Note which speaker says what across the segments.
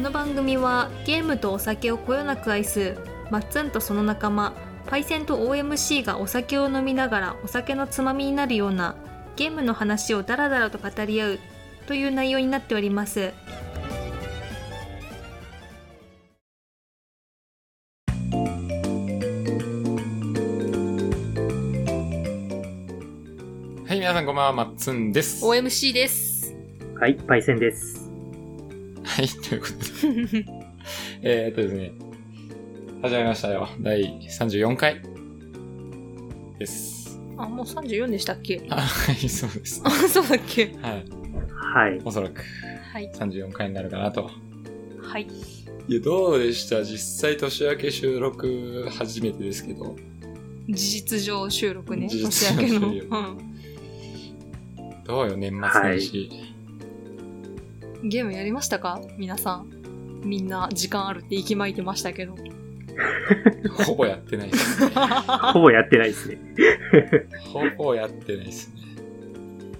Speaker 1: の番組はゲームとお酒をこよなく愛すマッツンとその仲間パイセンと OMC がお酒を飲みながらお酒のつまみになるようなゲームの話をダラダラと語り合うという内容になっております
Speaker 2: はい、皆さんこんばんは、まっつんです。はい、
Speaker 1: OMC です
Speaker 3: はい、パイセンです。
Speaker 2: ということで。えーっとですね、始まりましたよ。第34回です。
Speaker 1: あもう34でしたっけ
Speaker 2: あ、はい、そうです。
Speaker 1: あ そうだっけ
Speaker 2: はい、
Speaker 3: はい。
Speaker 2: おそらく
Speaker 1: はい
Speaker 2: 34回になるかなと。
Speaker 1: はい
Speaker 2: いや、どうでした実際年明け収録初めてですけど。
Speaker 1: 事実上収録ね
Speaker 2: 事
Speaker 1: 年
Speaker 2: 実
Speaker 1: 明
Speaker 2: 上
Speaker 1: け
Speaker 2: 収録
Speaker 1: の、う
Speaker 2: どうよ、年末年始。
Speaker 1: ん、ゲームやりましたか皆さんみんな時間あるって息巻いてましたけど
Speaker 2: ほぼやってないです。
Speaker 3: ほぼやってないですね。
Speaker 2: ほぼやってないですね。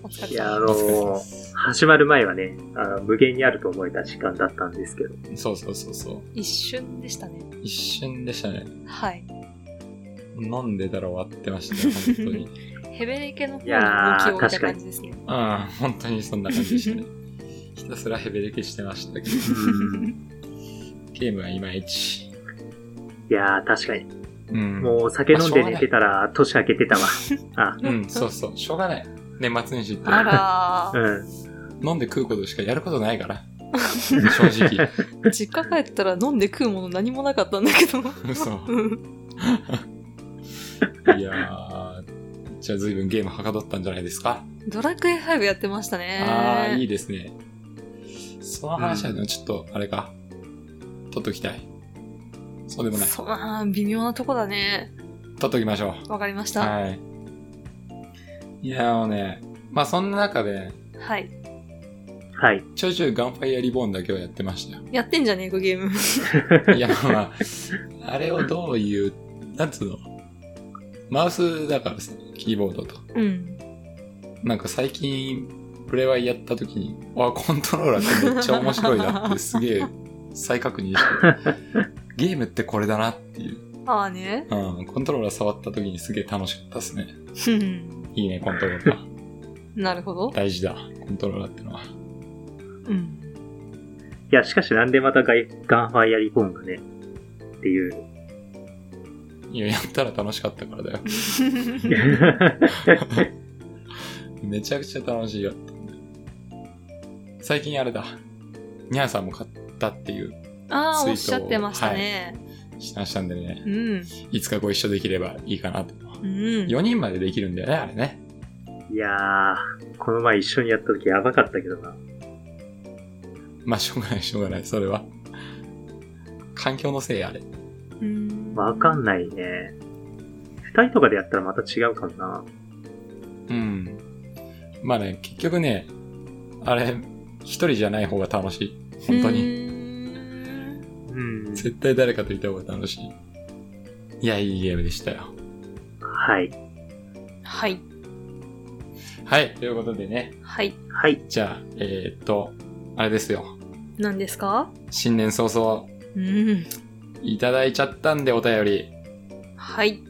Speaker 1: お疲
Speaker 3: い
Speaker 1: れ
Speaker 3: や、あ
Speaker 1: 様
Speaker 2: お疲
Speaker 3: の
Speaker 2: れ様で
Speaker 3: ー、
Speaker 2: す。
Speaker 3: 始まる前はね、あの無限にあると思えた時間だったんですけど、
Speaker 2: そうそうそうそう。
Speaker 1: 一瞬でしたね
Speaker 2: 一瞬でしたね。
Speaker 1: はい
Speaker 2: 飲んでたら終わってましたね、本当に。
Speaker 1: ヘベレケの方に動きを置いた感じですね
Speaker 2: うん、本当にそんな感じでしたね。 ひたすらヘベレケしてましたけど、ゲームはいまいち。
Speaker 3: いやー、確かに。
Speaker 2: うん。
Speaker 3: もう酒飲んで寝てたら、年明け てたわ。あ、
Speaker 2: うん、そうそう、しょうがない。年末年始って、
Speaker 1: あら
Speaker 3: うん。
Speaker 2: 飲んで食うことしかやることな いから。正直。
Speaker 1: ー実家帰ったら飲んで食うもの何もなかったんだけど
Speaker 2: 嘘。
Speaker 1: うん
Speaker 2: いやー、じゃあ随分ゲームはかどったんじゃないですか。
Speaker 1: ドラクエ5やってましたね
Speaker 2: あー、いいですね。その話はね、ちょっと、あれか。取っときたい。そうでもない。
Speaker 1: そうあー微妙なとこだね
Speaker 2: 取っときましょう。
Speaker 1: わかりましたはい、
Speaker 2: はい。いや、あのね、まあそんな中で、
Speaker 3: はい。
Speaker 2: ちょいちょいガンファイアリボーンだけはやって ましたよ。
Speaker 1: やってんじゃねえかゲーム
Speaker 2: いや、まあ、あれをどういう、なんつうのマウスだからさ、キーボードと。
Speaker 1: うん
Speaker 2: なんか最近、プレワイやった時に、わ、コントローラーってめっちゃ面白いなってすげえ再確認して、ゲームってこれだなっていう。
Speaker 1: ああね
Speaker 2: うん、コントローラー触った時にすげえ楽しかったですね。
Speaker 1: うん
Speaker 2: いいね、コントローラー。
Speaker 1: なるほど
Speaker 2: 大事だ、コントローラーってのは。
Speaker 1: うん
Speaker 3: いや、しかしなんでまたガイガンファイアリボーンがね、っ ていう。
Speaker 2: いや、やったら楽しかったからだよ。めちゃくちゃ楽しいよって。最近あれだ。ニャーさんも買ったっていう、
Speaker 1: ああ
Speaker 2: ツイートを
Speaker 1: おっしゃってましたね、
Speaker 2: しましたんでね。
Speaker 1: うん
Speaker 2: いつかご一緒できればいいかなと。
Speaker 1: うん
Speaker 2: 4人までできるんだよね、あれね。
Speaker 3: いやー、この前一緒にやった時やばかったけどな。
Speaker 2: まあ、しょうがない、しょうがない、それは。環境のせい、あれ。
Speaker 1: うん
Speaker 3: わかんないね。二人とかでやったらまた違うかもな。
Speaker 2: うん。まあね、結局ね、あれ、一人じゃない方が楽しい。本当に。
Speaker 1: に
Speaker 3: うん。
Speaker 2: 絶対誰かといた方が楽しい。いや、いいゲームでしたよ。
Speaker 3: はい。
Speaker 1: はい
Speaker 2: はい、ということでね。
Speaker 1: はい
Speaker 3: はい。
Speaker 2: じゃあ、えー、っと、あれですよ。
Speaker 1: 何ですか
Speaker 2: 新年早々、
Speaker 1: うん
Speaker 2: いただいちゃったんでお便り、
Speaker 1: はい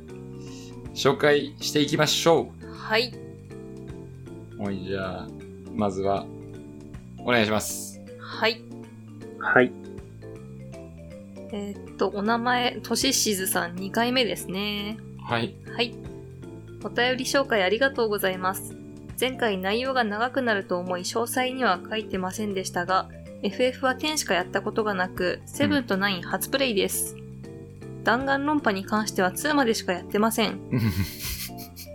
Speaker 2: 紹介していきましょ
Speaker 1: はい。
Speaker 2: う。はい、じゃあ、まずは、お願いします。
Speaker 1: はい。
Speaker 3: はい。
Speaker 1: えーっと、お名前、とししずさん2回目ですね。
Speaker 2: はい。
Speaker 1: はい。お便り紹介ありがとうございます。前回内容が長くなると思い、詳細には書いてませんでしたが、FF は10しかやったことがなく、7と9初プレイです。弾丸論破に関しては2までしかやってません。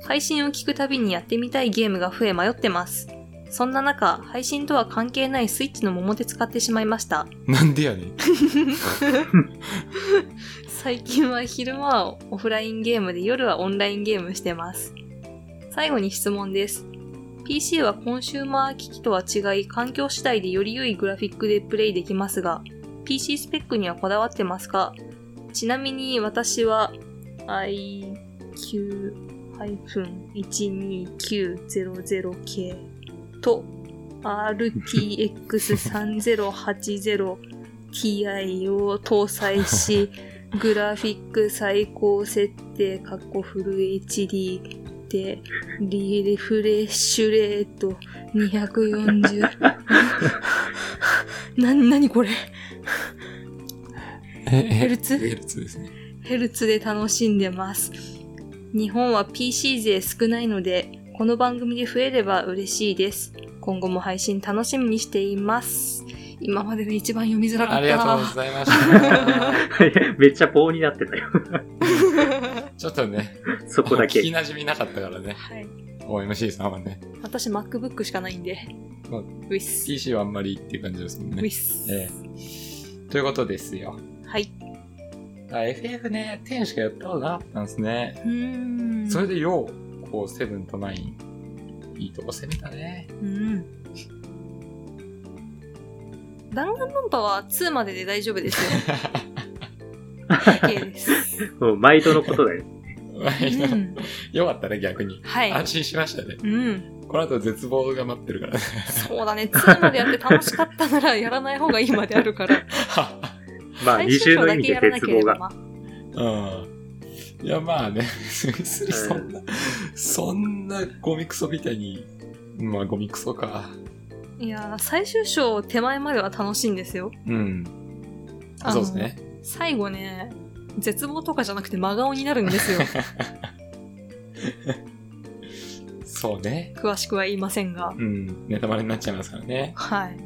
Speaker 1: 配信を聞くたびにやってみたいゲームが増え迷ってます。そんな中、配信とは関係ないスイッチの桃で使ってしまいました。
Speaker 2: なんでやねん。
Speaker 1: 最近は昼間はオフラインゲームで夜はオンラインゲームしてます。最後に質問です。PC はコンシューマー機器とは違い環境次第でより良いグラフィックでプレイできますが、PC スペックにはこだわってますかちなみに私は IQ-12900K と RTX3080 TI を搭載 し、グラフィック最高設定、カッコフル HD で、リフレッシュレート240。な、なにこれ
Speaker 2: え、え、
Speaker 1: ヘルツ
Speaker 2: ヘルツですね。
Speaker 1: ヘルツで楽しんでます。日本は PC 勢少ないので、この番組で増えれば嬉しいです。今後も配信楽しみにしています。今までで一番読みづらかった。
Speaker 2: ありがとうございました。
Speaker 3: めっちゃ棒になってたよ。
Speaker 2: ちょっとね、
Speaker 3: そこだ
Speaker 2: 聞き
Speaker 3: け。
Speaker 2: 馴染みなかったからね、
Speaker 1: はい。
Speaker 2: OMC さんはね。
Speaker 1: 私 MacBook しかないんで。
Speaker 2: まあ
Speaker 1: ウィス。
Speaker 2: PC はあんまりっていう感じですもん
Speaker 1: ウ
Speaker 2: ね
Speaker 1: ィ。ス。
Speaker 2: ええということですよ。
Speaker 1: はい。
Speaker 2: あ FF ね、10しかやったことなかったんですね。
Speaker 1: うーん。
Speaker 2: それでよう、こう、7と9、いいとこ攻めたね。
Speaker 1: うん。弾丸論破は2までで大丈夫です よ。OK です。
Speaker 3: もう毎度のこと だよ。
Speaker 1: うん。
Speaker 2: よかったね、逆に。
Speaker 1: はい。
Speaker 2: 安心しましたね。
Speaker 1: うん。
Speaker 2: この後絶望が待ってるからね。
Speaker 1: そうだね。2までやって楽しかったならやらない方がいいまであるから。
Speaker 3: まあ、
Speaker 1: 最
Speaker 3: 二
Speaker 1: 終
Speaker 3: 重
Speaker 1: 章
Speaker 3: の
Speaker 1: だ
Speaker 3: 意
Speaker 1: け
Speaker 3: 味で
Speaker 1: やらな
Speaker 3: 絶
Speaker 1: けれ
Speaker 3: 望
Speaker 1: ば
Speaker 3: が。
Speaker 1: な。
Speaker 2: うん。いや、まあね、スリスリそんな、そんなゴミクソみたいに、まあゴミクソか。
Speaker 1: いやー、最終章手前までは楽しいんですよ。
Speaker 2: うん。
Speaker 1: あの
Speaker 2: そうですね。
Speaker 1: 最後ね、絶望とかじゃなくて真顔になるんです よ。
Speaker 2: そうね。
Speaker 1: 詳しくは言いませんが。
Speaker 2: うん。ネタバレになっちゃいますからね。
Speaker 1: はい。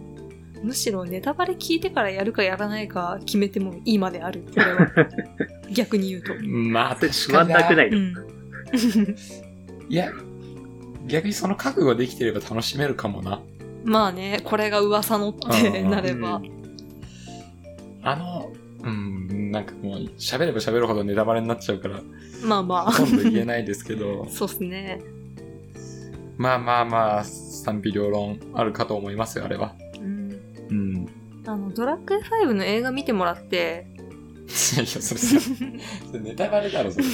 Speaker 1: むしろネタバレ聞いてからやるかやらないか決めてもいいまである。これ は。逆に言うと。
Speaker 2: まあ、
Speaker 3: それ
Speaker 2: 確
Speaker 3: つ
Speaker 2: か
Speaker 3: ま
Speaker 2: に
Speaker 3: んなくないうの。
Speaker 1: ん。
Speaker 2: いや、逆にその覚悟できてれば楽しめるかもな。
Speaker 1: まあね、これが噂のってなれば。
Speaker 2: あの、うん、なんかもう、喋れば喋るほどネタバレになっちゃうから、
Speaker 1: まあま
Speaker 2: ほとんど言えないですけ ど
Speaker 1: あ。、そうっすね。
Speaker 2: まあまあまあ、賛否両論あるかと思いますよ、あれは。
Speaker 1: うん。
Speaker 2: うん。い
Speaker 1: あの、ドラッグ F5 の映画見てもらって、
Speaker 2: や、それさ、それネタバレだろ、それ。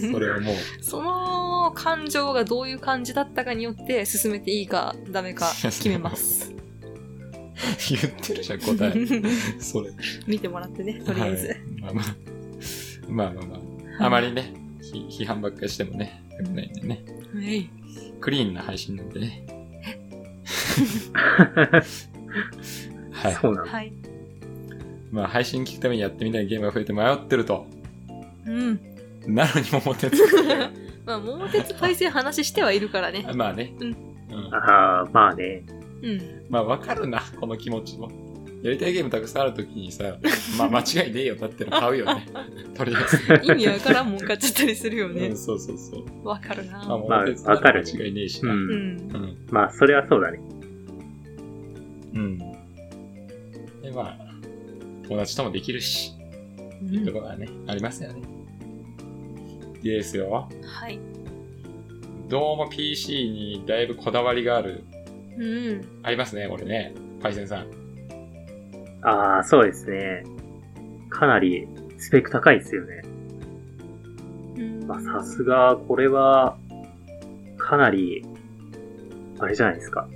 Speaker 2: それはもう。
Speaker 1: その感情がどういう感じだったかによって進めていいかダメか決めます。
Speaker 2: 言ってるじゃん、 答え。それ。
Speaker 1: 見てもらってね、とりあえず。
Speaker 2: はいまあまあ。まあまあまあ。あまりね、ひ批判ばっかりしてもね、良くないんでね。
Speaker 1: はい。
Speaker 2: クリーンな配信なんでね。はい。
Speaker 3: そうなの。
Speaker 1: はい。
Speaker 2: まあ、配信聞くためにやってみたいゲームが増えて迷ってると。
Speaker 1: うん。
Speaker 2: なのにもモテつ く。
Speaker 1: まあ、桃鉄パイセン話してはいるからね。
Speaker 2: まあね。
Speaker 1: うん
Speaker 2: うん
Speaker 3: ああ、まあね。
Speaker 1: うん。
Speaker 2: まあ、わかるな、 この気持ちも。やりたいゲームたくさんあるときに さ、まあ、間違いねえよ、だって買うよね。とりあ
Speaker 1: 意味わからんもん買っちゃったりするよ
Speaker 2: えず。う
Speaker 1: ね
Speaker 2: ん、。そうそうそう。
Speaker 1: わかるな。
Speaker 2: まあ、もう
Speaker 3: まあ
Speaker 2: 別なら
Speaker 3: わかる
Speaker 2: 間違いねえし
Speaker 3: う。
Speaker 2: な。
Speaker 1: うんん。
Speaker 2: うん。
Speaker 3: まあ、それはそうだね。
Speaker 2: うん。で、まあ、友達ともできるし、
Speaker 1: うん
Speaker 2: いうところはね、ありますよね。いいですよ。
Speaker 1: はい。
Speaker 2: どうも PC にだいぶこだわりがある。
Speaker 1: うん。
Speaker 2: ありますね、これね。パイセンさん。
Speaker 3: ああ、そうですね。かなり、スペック高いですよね。
Speaker 1: うん
Speaker 3: まあ、さ すが、これは、かなり、あれじゃないですか。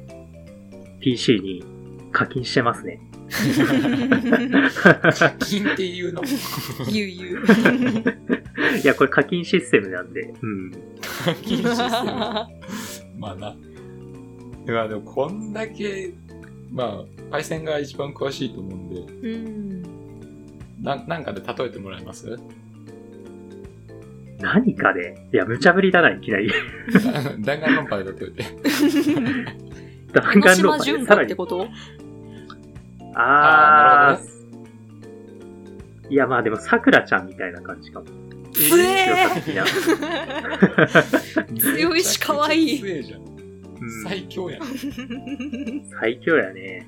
Speaker 3: PC に課金してますね。
Speaker 2: 課金っていう の
Speaker 1: ゆうゆう。
Speaker 3: いや、これ課金システムなんで、うん。
Speaker 2: 課金システム。まあな。まあでもこんだけ、まあ、パイセンが一番詳しいと思うんで、
Speaker 1: うん。
Speaker 2: ななんかで例えてもらえ ます
Speaker 3: 何かで、いや、無茶ぶりだな、いきなり。
Speaker 2: 弾丸論破で例えて。
Speaker 3: 弾
Speaker 1: 江ノ
Speaker 3: 丸論
Speaker 1: 島
Speaker 3: 破で
Speaker 1: 純
Speaker 3: さ
Speaker 1: 子っ
Speaker 3: ら
Speaker 1: て
Speaker 3: に。
Speaker 1: こと
Speaker 2: あーな
Speaker 3: あ
Speaker 2: るほ
Speaker 3: ー。いや、まあでも、さくらちゃんみたいな感じかも。
Speaker 1: 強え
Speaker 3: 強さ的な。
Speaker 1: 強いし可愛い
Speaker 2: めちゃくちゃ強えじゃん
Speaker 3: うん
Speaker 2: 最強やん。
Speaker 3: 最強やね。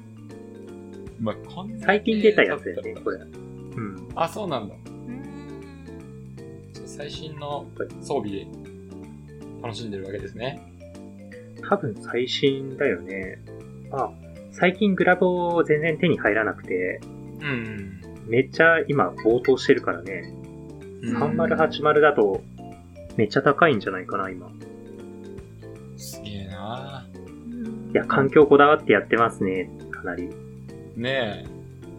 Speaker 2: まあ、こんだけ
Speaker 3: 最近出たやつやね、これ。うん。
Speaker 2: あ、そうなんだ。
Speaker 1: うん
Speaker 2: じゃあ最新の装備で楽しんでるわけですね。
Speaker 3: 多分最新だよね。まあ、最近グラボを全然手に入らなくて、
Speaker 2: うん。
Speaker 3: めっちゃ今、暴騰してるからね。3080だと、めっちゃ高いんじゃないかな、今。
Speaker 2: すげえなぁ
Speaker 3: いや、環境こだわってやってますね、かなり。
Speaker 2: ね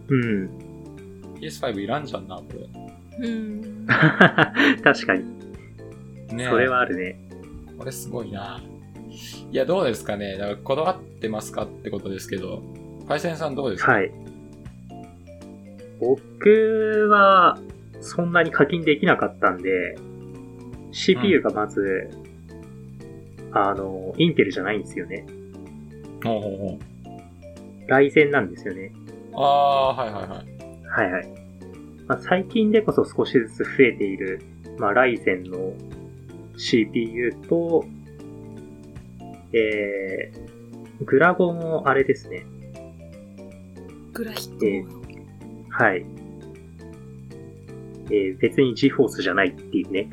Speaker 3: うん。
Speaker 2: PS5 いらんじゃんな、これ。
Speaker 1: うん。
Speaker 3: 確かに。
Speaker 2: ねえ
Speaker 3: それはあるね。
Speaker 2: これすごいな。いや、どうですかね。だから、こだわってますかってことですけど、パイセンさんどうですか、
Speaker 3: はい。僕は、そんなに課金できなかったんで、CPU がまず、あの、インテルじゃないんですよね。
Speaker 2: ほうほうほう
Speaker 3: ライゼンなんですよね。
Speaker 2: ああー、はいはいはい。
Speaker 3: はいはい。まあ、最近でこそ少しずつ増えている、まあ、ライゼンの CPU と、えー、グラゴンをあれですね。
Speaker 1: グラヒッ
Speaker 3: え
Speaker 1: ト。
Speaker 3: はい。えー、別に GForce じゃないっていうね。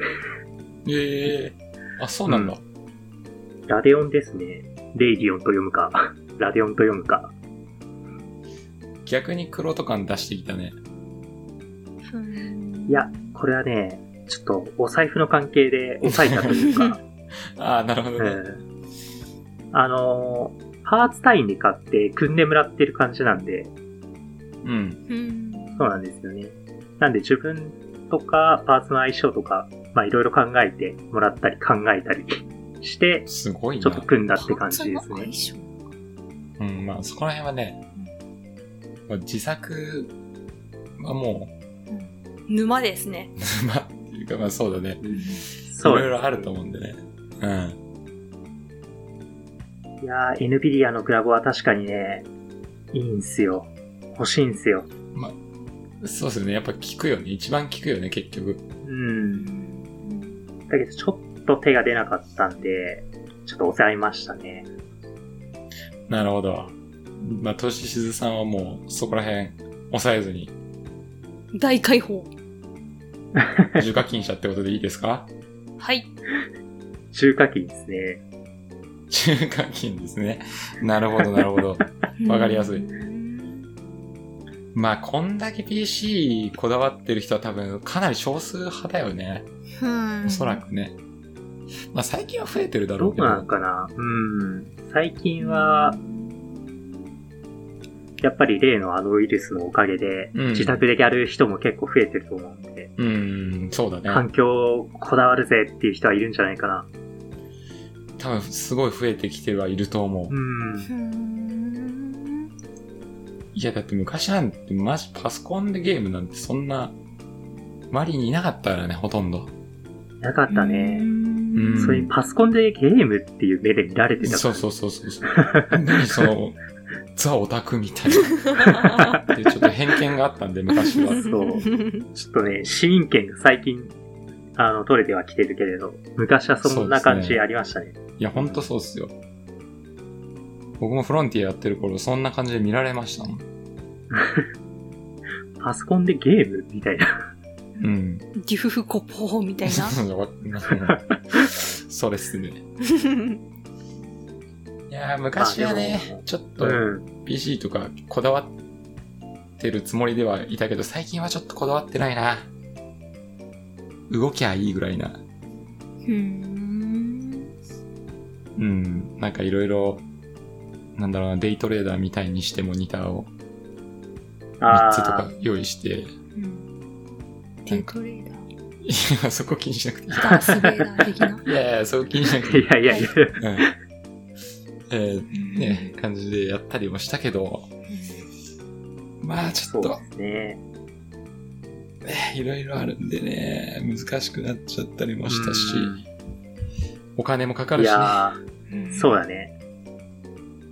Speaker 2: ええあ、そうなんだ。
Speaker 3: ラデオンですね。レイディオンと読むか、 ラデオンと読むか。
Speaker 2: 逆にクロト感出してきたね。
Speaker 1: うん
Speaker 3: いや、これはね、ちょっとお財布の関係で抑えたという か、
Speaker 2: ああ、なるほど
Speaker 3: う
Speaker 2: ね。
Speaker 3: ん、あのーパーツ単位で買って組んでもらってる感じなんで、
Speaker 2: うん。
Speaker 1: うん。
Speaker 3: そうなんですよね。なんで自分とかパーツの相性とか、まあいろいろ考えてもらったり考えたりして、
Speaker 2: すごい
Speaker 3: ちょっと
Speaker 2: な。
Speaker 3: 組んだって感じです
Speaker 1: パン
Speaker 3: ね。
Speaker 1: ツの
Speaker 2: うん、まあそこら辺はね、まあ自作はも
Speaker 1: 相性沼ですね。
Speaker 2: う、 まあ、っていうかまあそうだね。い
Speaker 3: そう
Speaker 2: ろいろあると思うんでね。うん。
Speaker 3: いやー、NVIDIA のグラボは確かにね、いいんすよ。欲しいんすよ。
Speaker 2: そうですよね。やっぱ聞くよね。一番聞くよね、結局。
Speaker 3: う
Speaker 1: う
Speaker 3: ん。
Speaker 1: ん
Speaker 3: だけど、ちょっと手が出なかったんで、ちょっと抑えましたね。
Speaker 2: なるほど。まあ、とししずさんはもう、そこら辺、抑えず に、
Speaker 1: 大解放。
Speaker 2: 重課金者ってことでいいですか
Speaker 1: はい。
Speaker 3: 中華機ですね。
Speaker 2: 重課金ですね。なるほど、なるほ ど。わかりやすい
Speaker 1: うん
Speaker 2: まあ、こんだけ PC こだわってる人は多分、かなり少数派だよね。おそら。くね。まあ、最近は増えてるだろ
Speaker 3: ど
Speaker 2: う
Speaker 3: う
Speaker 2: けど。
Speaker 3: なのかなうん。最近
Speaker 1: うん
Speaker 3: は、やっぱり例のあのウイルスのおかげで、
Speaker 2: うん
Speaker 3: 自宅でやる人も結構増えてると思うんで、
Speaker 2: うん、そうだね。
Speaker 3: 環境こだわるぜっていう人はいるんじゃないかな。
Speaker 2: 多分すごい増えてきてはいると思う。
Speaker 3: うん。
Speaker 1: うん
Speaker 2: いや、だって昔なんてマジパソコンでゲームなんてそんな、周りにいなかったからね、ほとんど。
Speaker 3: なかった
Speaker 1: う
Speaker 3: ね。
Speaker 1: ん
Speaker 3: それにパソコンでゲームっていう目で見られてた
Speaker 2: そう
Speaker 3: か
Speaker 2: そうそうそうそう。何その、ザオタクみたいな。っていうちょっと偏見があったんで、昔 は。
Speaker 3: そうら、ちょっとね、市民権が最近、あの、取れてはきてるけれど、昔はそんな感
Speaker 2: そうです
Speaker 3: じ
Speaker 2: ね
Speaker 3: ありましたね。
Speaker 2: いや、ほんとそうっすよ。僕もフロンティアやってる頃、そんな感じで見られましたもん。
Speaker 3: パソコンでゲームみたいな。
Speaker 2: うん。
Speaker 1: ギフフコポーみたい な。
Speaker 2: それっすね。いやー、昔は
Speaker 3: あでも
Speaker 2: ね、ちょっと、
Speaker 3: うん。
Speaker 2: PC とかこだわってるつもりではいたけど、最近はちょっとこだわってないな。動きゃいいぐらいな。
Speaker 1: うん
Speaker 2: うん。なんかいろいろ、なんだろうな、デイトレーダーみたいにしてモニターを3
Speaker 3: あ
Speaker 2: つとか
Speaker 3: あ、
Speaker 2: 用意して、 い
Speaker 1: デイトレーダー。
Speaker 2: や、そこ気にしなくていい。
Speaker 1: ダースベイダー的な。
Speaker 2: いやいや、そこ気にしなくていい。
Speaker 3: いやいやいや、
Speaker 2: うん。えー ね、感じでやったりもしたけど、まあちょ
Speaker 3: そ
Speaker 2: っ
Speaker 3: う
Speaker 2: と、
Speaker 3: ですね。
Speaker 2: ねいろいろあるんでね、難しくなっちゃったりもしたし、お金もかか
Speaker 3: うん。い
Speaker 2: るしね。
Speaker 3: や
Speaker 1: うん
Speaker 3: ー、そうだね。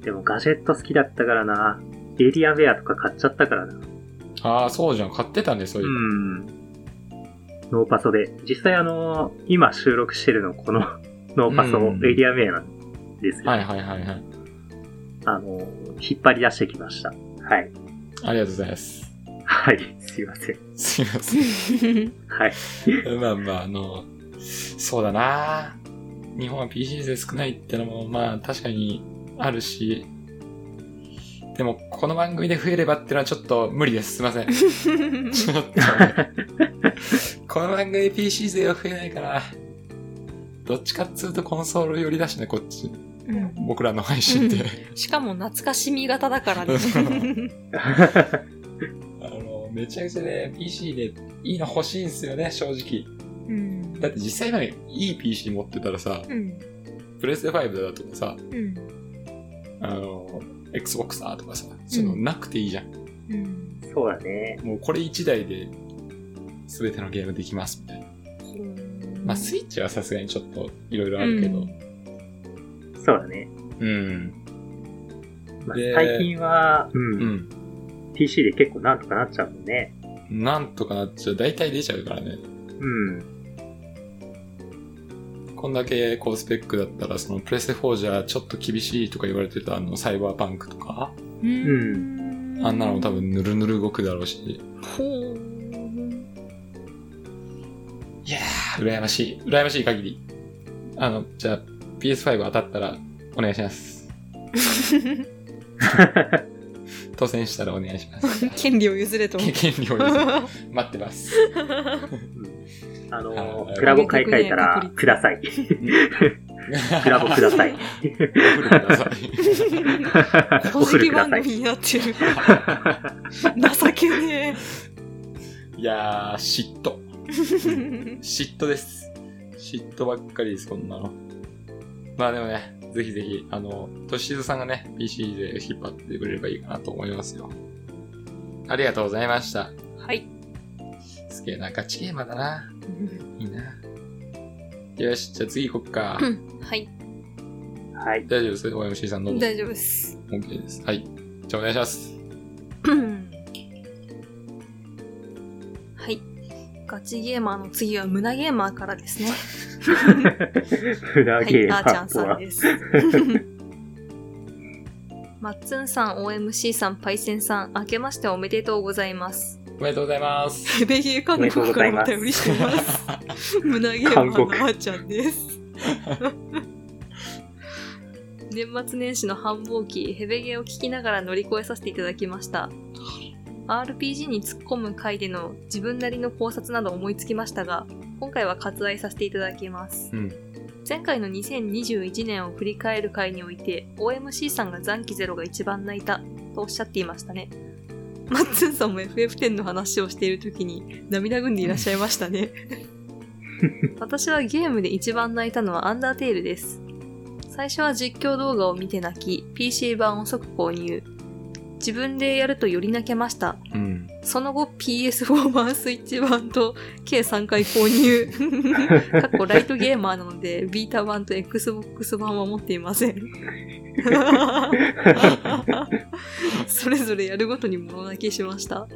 Speaker 3: でもガジェット好きだったからな。エイリアンウェアとか買っちゃったからな。
Speaker 2: ああ、そうじゃん。買ってたんで、そういうう。
Speaker 3: ん。ノーパソで。実際あのー今収録してるのこの ノーパソ、
Speaker 2: うん
Speaker 3: エイリアンウェアなんですけど、
Speaker 2: はいはいはいはい。
Speaker 3: あのー引っ張り出してきました。はい。
Speaker 2: ありがとうございます。
Speaker 3: はい。すいません。
Speaker 2: すいませ
Speaker 3: はい。
Speaker 2: ん。 まあまあ、あの、そうだな日本は PC 勢少ないってのも、まあ確かにあるし、でも、この番組で増えればってのはちょっと無理です。すいません。ちょっとね、この番組で PC 勢は増えないから、どっちかっつうとコンソール寄りだしね、こっち。
Speaker 1: うん
Speaker 2: 僕らの配信って。
Speaker 1: しかも懐かしみ型だからね。
Speaker 2: あの、めちゃくちゃね、PC でいいの欲しいんですよね、正直。
Speaker 1: うん。
Speaker 2: だって実際までいい PC 持ってたらさ、
Speaker 1: うん。
Speaker 2: プレステ5だとかさ、
Speaker 1: うん。
Speaker 2: あの、Xbox だとかさ、その、
Speaker 1: うん
Speaker 2: なくていいじゃん。
Speaker 1: うん。
Speaker 3: そうだ ね。
Speaker 2: もうこれ1台で全てのゲームできますみたいな。まあ、スイッチはさすがにちょっといろいろあるけど。
Speaker 3: そうだね。
Speaker 2: うん。
Speaker 3: まあ
Speaker 2: で
Speaker 3: 最近は、うん
Speaker 2: うん。
Speaker 3: PC で結構なんとかなっちゃうもんね。
Speaker 2: なんとかなっちゃう。大体出ちゃうからね。
Speaker 3: うん。
Speaker 2: こんだけ高スペックだったら、そのプレステ4じゃちょっと厳しいとか言われてたあのサイバーパンクとか、
Speaker 1: う。
Speaker 3: うん
Speaker 2: あんなのも多。分ぬるぬる動くだろうし、
Speaker 1: ほう。
Speaker 2: いやー、羨ましい。羨ましい限り。あの、じゃあ PS5 当たったらお願いします。当選したらお願いし ます。
Speaker 1: 権利を譲 れと。
Speaker 2: 権利を譲る待ってます。
Speaker 3: あの
Speaker 2: は
Speaker 3: ー、
Speaker 2: い
Speaker 3: クラボ買い替えたら、くださ い。ク
Speaker 2: ク
Speaker 3: ラボください。。
Speaker 2: お風呂ください。
Speaker 1: 公
Speaker 3: お古
Speaker 1: 式
Speaker 3: くだ
Speaker 1: 番
Speaker 3: さい。
Speaker 1: 組になってる。情けね
Speaker 2: いやー、嫉
Speaker 1: え。
Speaker 2: 妬。嫉妬です。嫉妬ばっかりです、こんなの。まあでもね、ぜひぜひ、あの、としずさんがね、PC で引っ張ってくれればいいかなと思いますよ。ありがとうございました。
Speaker 1: はい。
Speaker 2: すげえな、ガチゲーマーだな。いいな。よし、じゃあ次行こっか。
Speaker 1: はい。
Speaker 3: はい。
Speaker 2: 大丈夫です ?OMC さんどうぞ。
Speaker 1: 大丈夫です。
Speaker 2: OK です。はい。じゃあお願いします。
Speaker 1: はい。ガチゲーマーの次は胸ゲーマーからですね。
Speaker 3: ふだ
Speaker 1: は
Speaker 3: げ
Speaker 1: い、
Speaker 3: ー
Speaker 1: あーちゃ
Speaker 3: パ
Speaker 1: ん
Speaker 3: ポ
Speaker 1: さん
Speaker 3: は。
Speaker 1: です。マッツンさん、OMC さん、パイセンさん、明けましておめでとうございます。
Speaker 2: おめでとうござい ます。
Speaker 1: ベゲー韓
Speaker 3: 国からお
Speaker 1: 便りして
Speaker 2: いま
Speaker 1: ます。胸ゲーマーのあーちゃんです。年末年始の繁忙期、ヘベゲーを聞きながら乗り越えさせていただきました。RPG に突っ込む回での自分なりの考察など思いつきましたが、今回は割愛させていただきます。
Speaker 2: うん。
Speaker 1: 前回の2021年を振り返る回において OMC さんが残機ゼロが一番泣いたとおっしゃっていましたねマッツンさんも FF10 の話をしている時に涙ぐんでいらっしゃいましたね私はゲームで一番泣いたのはアンダーテイルです最初は実況動画を見て泣き PC 版を即購入自分でやるとより泣けました
Speaker 2: うん。
Speaker 1: その後 PS4 版スイッチ版と計3回購入。 かっこライトゲーマーなので、ビータ版と Xbox 版は持っていません。 それぞれやるごとに物泣きしました。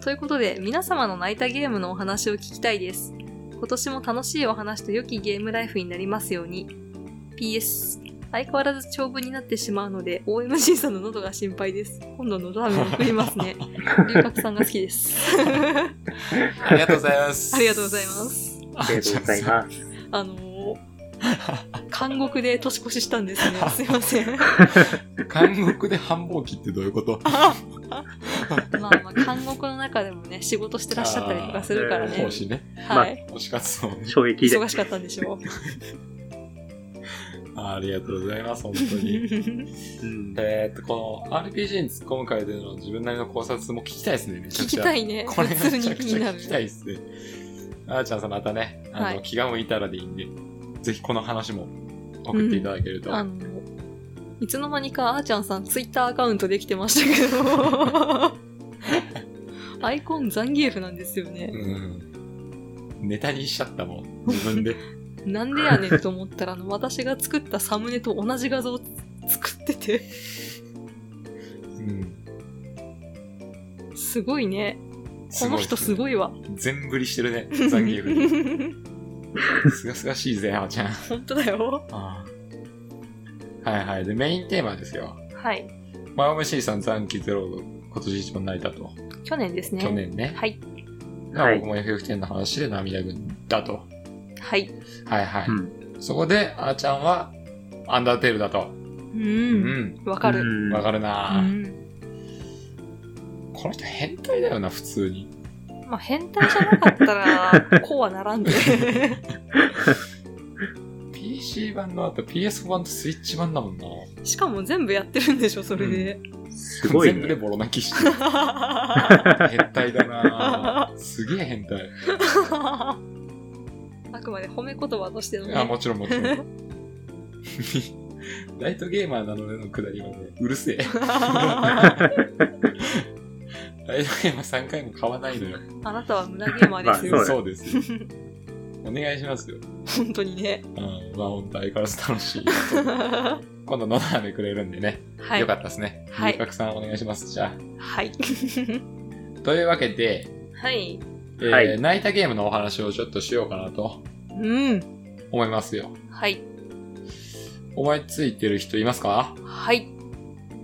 Speaker 1: ということで、皆様の泣いたゲームのお話を聞きたいです。今年も楽しいお話と良きゲームライフになりますように。PS、相変わらず長文になってしまうので、OMG さんの喉が心配です。今度のラーメン送りますね。龍角さんが好きです。
Speaker 2: ありがとうございます。
Speaker 1: ありがとうございます。
Speaker 2: あ
Speaker 3: ありがとうございます。
Speaker 1: あのー、 監獄で年越ししたんですね。すいません。
Speaker 2: 監獄で繁忙期ってどういうこと
Speaker 1: まあまあ、監獄の中でもね、仕事してらっしゃったりとかするから
Speaker 3: あー
Speaker 1: ね
Speaker 2: 講。師ね。
Speaker 1: はい。
Speaker 2: 講師活動ね。
Speaker 3: 衝撃で。
Speaker 1: 忙しかったんでしょう。
Speaker 2: あーありがとうございます、本当に。
Speaker 3: うん
Speaker 2: えーっと、この RPG に突っ込む回での自分なりの考察も聞きたいですね、めち ゃ
Speaker 1: 聞
Speaker 2: くち
Speaker 1: き
Speaker 2: ゃ。
Speaker 1: たいね。普
Speaker 2: これ
Speaker 1: 通
Speaker 2: め
Speaker 1: に
Speaker 2: ちゃ
Speaker 1: 気
Speaker 2: く
Speaker 1: に
Speaker 2: ちゃ
Speaker 1: な
Speaker 2: 聞きたい
Speaker 1: る。
Speaker 2: ですね。あーちゃんさんまたね、あの、
Speaker 1: はい
Speaker 2: 気が向いたらでいいんで、ぜひこの話も送っていただけると。
Speaker 1: あの、いつの間にかあーちゃんさん、ツイッターアカウントできてま したけど。アイコンザンギエフなんですよね。
Speaker 2: うんネタにしちゃったもん、自 分で。
Speaker 1: なんでやねんと思ったら、あの私が作ったサムネと同じ画像を作ってて。
Speaker 2: うん。
Speaker 1: すごいね。この人す
Speaker 2: い
Speaker 1: ごいわ。
Speaker 2: っすね。全振りしてるね、 ザンギエフに。すがすがしいぜ、あーちゃん。
Speaker 1: 本当だよ。
Speaker 2: あーはいはい。で、メインテーマですよ。
Speaker 1: はい。
Speaker 2: マヨムシーさん残機ゼロ今年一番泣いたと。
Speaker 1: 去年ですね。
Speaker 2: 去。年ね。
Speaker 1: はい。
Speaker 2: まあ
Speaker 3: はい。
Speaker 2: 僕も FF10 の話で涙ぐんだと。
Speaker 1: はい。
Speaker 2: はいはいう
Speaker 3: ん
Speaker 2: そこで、あーちゃんは、アンダーテールだと。
Speaker 1: う。
Speaker 2: うんん。
Speaker 1: わかる。
Speaker 3: うん
Speaker 2: わかる
Speaker 1: う
Speaker 2: なぁ
Speaker 1: ん。
Speaker 2: この人変態だよな、普通に。
Speaker 1: まあ、変 態じゃなかったら、こうはならんで。
Speaker 2: PC PC 版の後 PS4 版と Switch 版だもんな。
Speaker 1: しかも全部やってるんでしょ、それで。
Speaker 3: すごい
Speaker 2: 全部で
Speaker 3: ね。
Speaker 2: ボロ泣き してる。変態だなぁすげえ変態。
Speaker 1: あくまで褒め言葉としてのね。
Speaker 2: あ、もちろんもちろん。ライトゲーマーなのねのくだりはね、うるせえ。ライトゲーマー3回も買わないのよ。
Speaker 1: あなたは胸ゲーマーです
Speaker 3: ま
Speaker 1: よ
Speaker 3: あ。
Speaker 2: そうですよ。お願いしますよ。
Speaker 1: 本当にね。
Speaker 2: うん、まあ本当相変わらず楽しい。今度のなめくれるんでね。
Speaker 1: はい。
Speaker 2: よかったですね。
Speaker 1: はい
Speaker 2: 龍角さんお願いします。じゃ
Speaker 1: はい。
Speaker 2: あ。というわけで、
Speaker 1: はい。
Speaker 2: えー
Speaker 3: はい
Speaker 2: 泣いたゲームのお話をちょっとしようかなと
Speaker 1: うん。
Speaker 2: 思いますよ。
Speaker 1: はい。
Speaker 2: 思いついてる人いますか
Speaker 1: はい。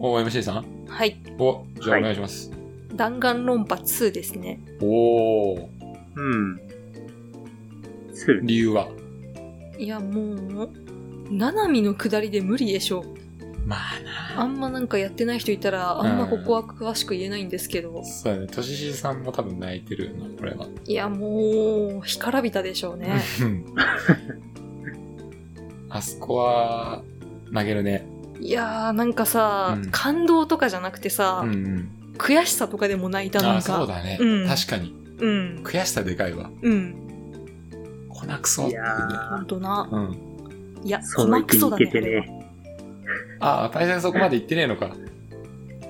Speaker 2: お MC さん
Speaker 1: はい。
Speaker 2: お、じゃあ
Speaker 3: はい
Speaker 2: お願いします。
Speaker 1: 弾丸論破2ですね。
Speaker 2: おー、
Speaker 3: うん。する。
Speaker 2: 理由はい
Speaker 1: や、もう、ナナミの下りで無理でしょ。
Speaker 2: まあな
Speaker 1: あんまなんかやってない人いたら、あんまここは詳しく言えないんですけど。
Speaker 2: そうだね、とししさんも多分泣いてるよな、これは。
Speaker 1: いや、もう、干からびたでしょうね。
Speaker 2: あそこは、投げるね。
Speaker 1: いやー、なんかさ、
Speaker 2: うん
Speaker 1: 感動とかじゃなくてさ、
Speaker 2: うんうん。
Speaker 1: 悔しさとかでも泣いたな
Speaker 2: あ
Speaker 1: ん
Speaker 2: ー、
Speaker 1: か。
Speaker 2: そうだね、
Speaker 1: うん
Speaker 2: 確かに。
Speaker 1: うん。
Speaker 2: 悔しさでかいわ。
Speaker 1: うん。
Speaker 2: こなくそっ
Speaker 3: い
Speaker 2: てい
Speaker 3: や
Speaker 2: う
Speaker 1: ほん
Speaker 3: ー、
Speaker 1: とな。
Speaker 2: ね。うん。
Speaker 1: いや、
Speaker 3: そ
Speaker 1: 細
Speaker 3: の
Speaker 1: まく
Speaker 3: 域に
Speaker 1: そ
Speaker 3: 行
Speaker 1: だ
Speaker 3: け
Speaker 1: ね。
Speaker 3: てね。
Speaker 2: ああ、大戦そこまで行ってねえのか。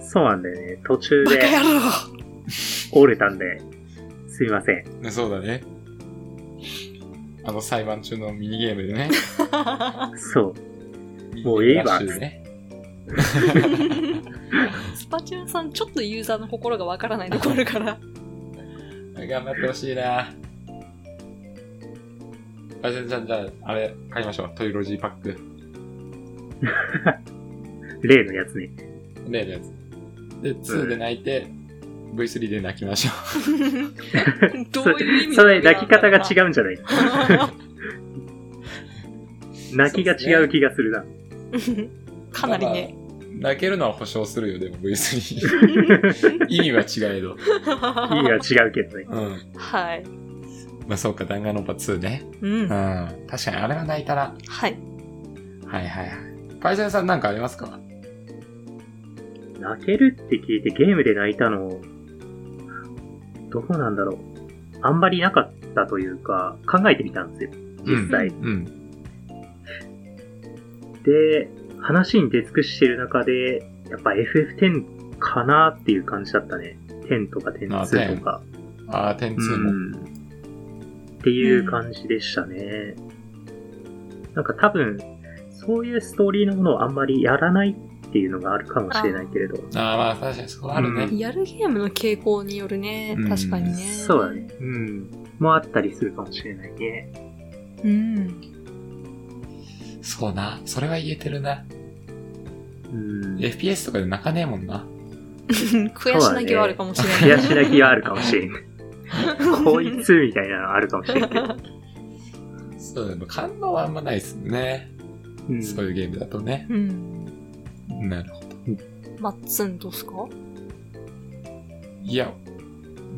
Speaker 3: そうなんだよね。途中
Speaker 1: バカ
Speaker 3: で
Speaker 1: 野郎
Speaker 3: 折れたんで、すいません。
Speaker 2: ね、そうだね。あの裁判中のミニゲームでね。
Speaker 3: そう。 もういいわ
Speaker 2: ミニゲームらしね。
Speaker 1: スパチューンさん、ちょっとユーザーの心がわからないところある から。
Speaker 2: 頑張ってほしいな。大戦ちゃん、じゃあ、あれ、買いましょう。トイロジーパック。
Speaker 3: 例のやつね。
Speaker 2: 例のやつ。で、2で泣いて、V3 で泣きましょ
Speaker 1: どういう意味
Speaker 3: それ泣き方が違
Speaker 1: う。
Speaker 3: うんじゃない泣きが違う気がするな。
Speaker 1: かなりね。
Speaker 2: う。 泣けるのは保証するよ、でも V3。意味は違えど。
Speaker 3: 意味は違うけどね。
Speaker 2: うん。
Speaker 1: はい。
Speaker 2: まあ、そうか、弾丸論破2ね。
Speaker 1: うん。
Speaker 2: う
Speaker 1: は
Speaker 2: ん。確かに、あれは泣いたな。
Speaker 1: い。
Speaker 2: はいはいはい。パイセンさんなんかありますか
Speaker 3: 泣けるって聞いてゲームで泣いたの、どうなんだろう。あんまりなかったというか、考えてみたんですよ。実際。
Speaker 2: うん。
Speaker 3: で、話に出尽くしてる中で、やっぱ FF10 かなっていう感じだったね。10とか
Speaker 2: あ
Speaker 3: 102とか。
Speaker 2: ああ、点
Speaker 3: う
Speaker 2: 2も。
Speaker 3: ん。っていう感じでしたね。なんか多分、そういうストーリーのものをあんまりやらないっていうのがあるかもしれないけれど。
Speaker 2: ああ、まあ、確かにそこはあるね。
Speaker 1: やるゲームの傾向によるね
Speaker 2: う。ん
Speaker 1: 確かにね。
Speaker 3: そうだね。。うん。もあったりするかもしれないね。
Speaker 1: うん。
Speaker 2: そうな。それは言えてるな。
Speaker 3: うん。
Speaker 2: FPS とかで泣かねえもんな。
Speaker 1: 悔し泣きはあるかもしれない。
Speaker 3: 悔し泣きがあるかもしれん。 こいつみたいなのあるかもしれ んけど。
Speaker 2: そうだね。感動はあんまないっすね。
Speaker 3: うん
Speaker 2: そういうゲームだとね。
Speaker 1: うん。
Speaker 2: なるほど。
Speaker 1: マッツンどうすか
Speaker 2: いや、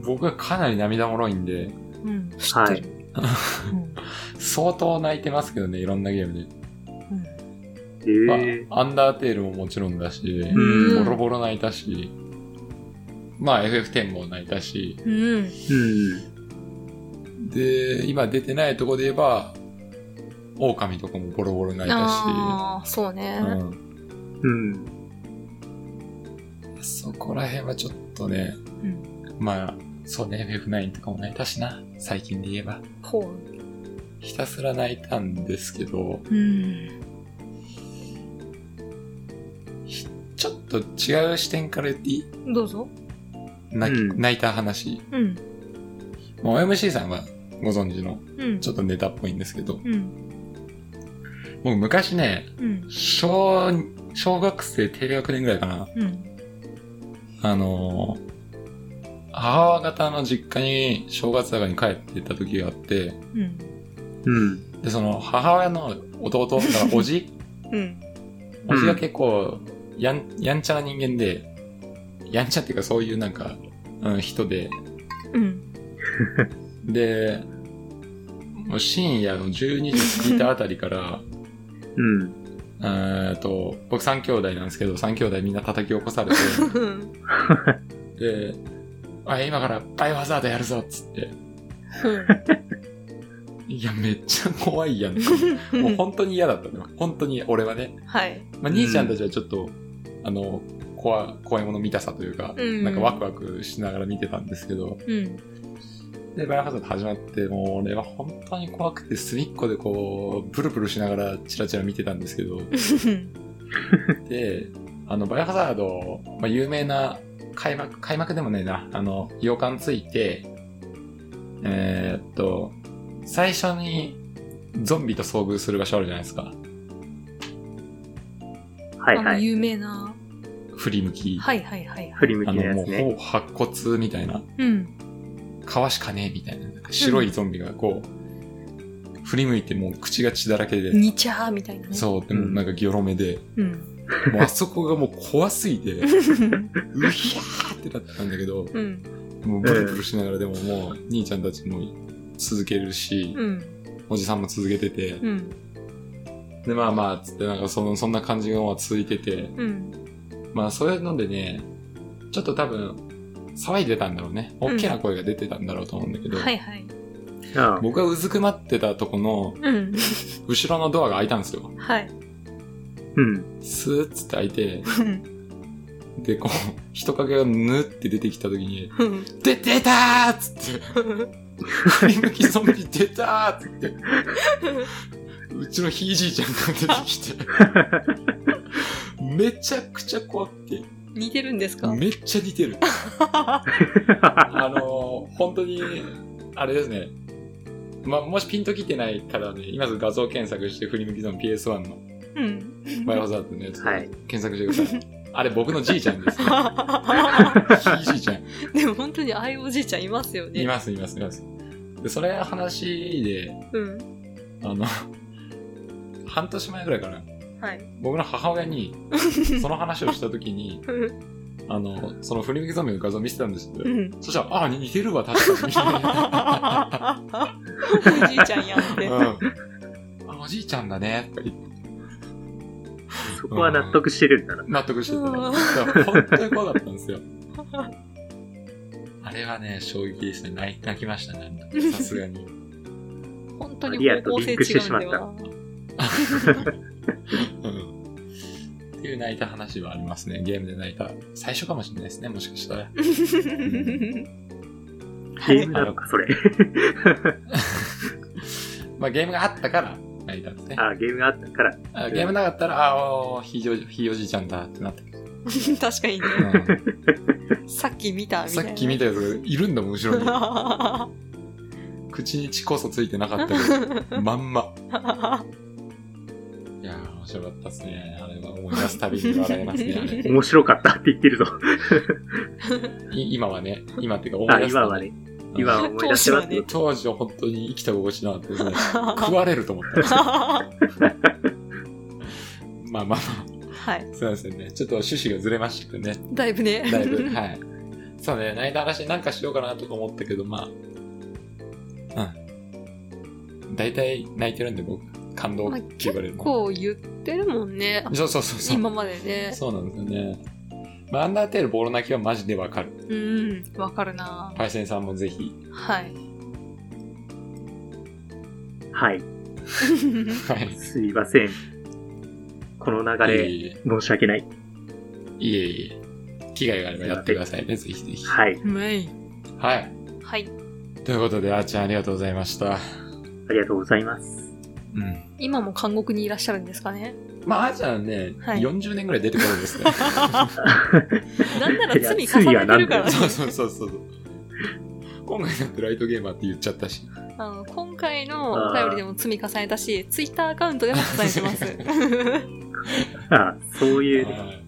Speaker 2: 僕はかなり涙もろいんで、
Speaker 1: うん。知っ
Speaker 3: は
Speaker 1: て
Speaker 3: い
Speaker 1: る。うん
Speaker 2: 相当泣いてますけどね、いろんなゲームで。
Speaker 3: え
Speaker 2: ま
Speaker 3: ー
Speaker 2: あ、アンダーテールももちろんだし、
Speaker 1: うん
Speaker 2: ボロボロ泣いたし、まあ FF10 も泣いたし、
Speaker 1: うん。
Speaker 3: うん。
Speaker 2: で、今出てないとこで言えば、狼とかもボロボロ泣いたし、
Speaker 1: ああ、そうね。
Speaker 2: うん、
Speaker 3: うん。
Speaker 2: そこら辺はちょっとね、
Speaker 1: うん。
Speaker 2: まあ、そうね、FF9 とかも泣いたしな、最近で言えば。
Speaker 1: ほう。
Speaker 2: ひたすら泣いたんですけど、
Speaker 1: うん。
Speaker 2: ちょっと違う視点から言っていい
Speaker 1: どうぞ。
Speaker 2: 泣き
Speaker 3: うん
Speaker 2: 泣いた話。
Speaker 1: うん。
Speaker 2: まあ、OMC さんはご存知の
Speaker 1: うん。
Speaker 2: ちょっとネタっぽいんですけど、
Speaker 1: うん。
Speaker 2: 僕昔ね、
Speaker 1: うん。
Speaker 2: 小、小学生低学年ぐらいかな、
Speaker 1: うん。
Speaker 2: あのー母方の実家に正月だかに帰ってた時があって、
Speaker 1: うん。
Speaker 3: うん。
Speaker 2: で、その母親の弟、だからお じ、
Speaker 1: うん。
Speaker 2: おじが結構やん、やんちゃな人間で、やんちゃっていうかそういうなんか、うん、人で、
Speaker 1: うん。
Speaker 2: で、もう深夜の12時過ぎたあたりから、
Speaker 3: うん。
Speaker 2: えーと、僕3兄弟なんですけど、3兄弟みんな叩き起こされて、で、あ、今からバイオハザードやるぞっつって、いや、めっちゃ怖いやん。もう本当に嫌だったのよ。本当に俺はね。
Speaker 1: はい。
Speaker 2: まあ、兄ちゃんたちはちょっと、あの、怖怖いもの見たさというか、
Speaker 1: うん
Speaker 2: なんかワクワクしながら見てたんですけど、
Speaker 1: うん。
Speaker 2: で、バイオハザード始まって、もう俺は本当に怖くて、隅っこでこう、ブルブルしながらチラチラ見てたんですけど、で、あの、バイオハザード、まあ、有名な開幕、開幕でもねえな、あの、洋館ついて、えーっと、最初にゾンビと遭遇する場所あるじゃないですか。
Speaker 3: はい
Speaker 1: あの
Speaker 3: はい。
Speaker 1: 有名な。
Speaker 2: 振り向き。
Speaker 1: はいはいはいはい。
Speaker 3: 振り向
Speaker 2: あ
Speaker 3: きの
Speaker 2: の、
Speaker 3: や
Speaker 2: もう
Speaker 3: つね。
Speaker 2: ほぼ白骨みたいな、
Speaker 1: うん。
Speaker 2: 皮しかねえみたいな、なんか白いゾンビがこう、振り向いてもう口が血だらけで、
Speaker 1: にちゃーみたいなね。
Speaker 2: そう、でもなんかギョロ目 で、
Speaker 1: うん。
Speaker 2: もうあそこがもう怖すぎて、うひゃーってなったんだけど、
Speaker 1: うん。
Speaker 2: もうブルブルしながら、でももう、兄ちゃんたちも続けるし、
Speaker 1: うん。
Speaker 2: おじさんも続けてて、
Speaker 1: うん。
Speaker 2: で、まあまあ、つって、なんかその、そんな感じがまあ続いてて、
Speaker 1: うん。
Speaker 2: まあそういうのでね、ちょっと多分、騒いでたんだろうね。大きな声が出てたんだろうと思うんだけど、
Speaker 1: はいはい。
Speaker 3: ああ
Speaker 2: 僕がうずくまってたとこの、
Speaker 1: うん。
Speaker 2: 後ろのドアが開いたんですよ。
Speaker 1: はい。
Speaker 3: うん。
Speaker 2: スーッつって開いて、
Speaker 1: うん
Speaker 2: で、こう、人影がぬって出てきた時に、
Speaker 1: うん
Speaker 2: で、出たーっつって、振り向きゾンビ出たーっつって、うちのひいじいちゃんが出てきて、めちゃくちゃ怖くて、
Speaker 1: 似てるんですか
Speaker 2: めっちゃ似てる。あのー本当に、あれですね。まあ、もしピンときてないからね、今すぐ画像検索して、振り向きゾン PS1 の
Speaker 1: うん。
Speaker 2: バイオハザードのやつ、
Speaker 3: はい
Speaker 2: 検索してください。あれ、僕のじいちゃん です、ね。ひいじいちゃん。
Speaker 1: でも本当にああいうおじいちゃんいますよね。
Speaker 2: います、います、います。で、それ話で、
Speaker 1: うん。
Speaker 2: あの、半年前ぐらいかな。
Speaker 1: はい。
Speaker 2: 僕の母親に、 その話をしたときに、あの、その振り向きゾンビの画像見せたんですけ
Speaker 1: う、
Speaker 2: ど
Speaker 1: ん。
Speaker 2: そしたら、ああ、似てるわ、確か
Speaker 1: おじいちゃんやんって。
Speaker 2: に。うん。あ、おじいちゃんだね、とか言って
Speaker 3: そこは納得してるんだな。
Speaker 2: 納得してた、ね。
Speaker 1: うん
Speaker 2: だから本当に怖かったんで すよ。あれはね、衝撃でしたね。泣泣きましたね、さすが に。
Speaker 1: 本当に方向性違うんでは。
Speaker 2: うん。っていう泣いた話はありますね。ゲームで泣いた。最初かもしれないですね、もしかしたら。
Speaker 1: は
Speaker 3: ゲー
Speaker 1: い
Speaker 3: ム。なのか、 それ。
Speaker 2: まあゲームがあったから泣いたんですね。
Speaker 3: ああ、ゲームがあったから。
Speaker 2: あゲームなかったら、ああー、ひいじおひいおじいちゃんだってなって。
Speaker 1: 確かにね。
Speaker 2: う
Speaker 1: さっき見た
Speaker 2: ん、
Speaker 1: み
Speaker 2: さ
Speaker 1: たいな。
Speaker 2: っき見たやつがいるんだもん、後ろに。口に血こそついてなかったけ ど、まんま。いやー、面白かったですね。あれは思い出すたびに笑えますね、あれ。
Speaker 3: 面白かったって言ってるぞ。
Speaker 2: い今はね、今っていうか思
Speaker 3: あ、
Speaker 2: い出すと
Speaker 3: 今はね。
Speaker 2: うん
Speaker 3: 今は思い出してますけど。
Speaker 2: 当時は本当に生きた心地なかったですね。食われると思 った。まあまあ
Speaker 1: はい
Speaker 2: ま。あ、すいませんね。ちょっと趣旨がずれましたけどね、
Speaker 1: だいぶね。
Speaker 2: だ いぶ。はい。そうね、泣いた話なんかしようかなとか思ったけど、まあ、うん。大体泣いてるんで僕、感動っ
Speaker 1: まあ
Speaker 2: て言われる
Speaker 1: 結
Speaker 2: の。
Speaker 1: 構言ってるもんね。
Speaker 2: そうそうそうそう。
Speaker 1: 今までね。
Speaker 2: そうなんですよね。まあ、アンダーテールボロ泣きはマジでわかる。
Speaker 1: うん。わかるな。
Speaker 2: パイセンさんもぜひ。
Speaker 1: はい。
Speaker 3: はい。
Speaker 2: はい。
Speaker 3: すいません。この流れ、
Speaker 2: いえいえ
Speaker 3: 申し訳ない。
Speaker 2: いえいえ。機会があればやってくださいね、ぜひぜひ。
Speaker 3: はい。
Speaker 1: めい。
Speaker 2: はい。
Speaker 1: はい。
Speaker 2: ということで、あーちゃんありがとうございました。
Speaker 3: ありがとうございます。
Speaker 2: うん。
Speaker 1: 今も監獄にいらっしゃるんですか ね。
Speaker 2: まあ、あーちゃんね、
Speaker 1: はい
Speaker 2: 40年ぐらい出てこないですね。
Speaker 1: なんなら
Speaker 3: いや
Speaker 1: 罪重ねてるからね。
Speaker 2: そうそうそうそう。今回だってライトゲーマーって言っちゃったし。
Speaker 1: あの今回のお便りでも積み重ねたし、ツイッターアカウントでも重ねてます。
Speaker 3: あそういうね。
Speaker 2: はい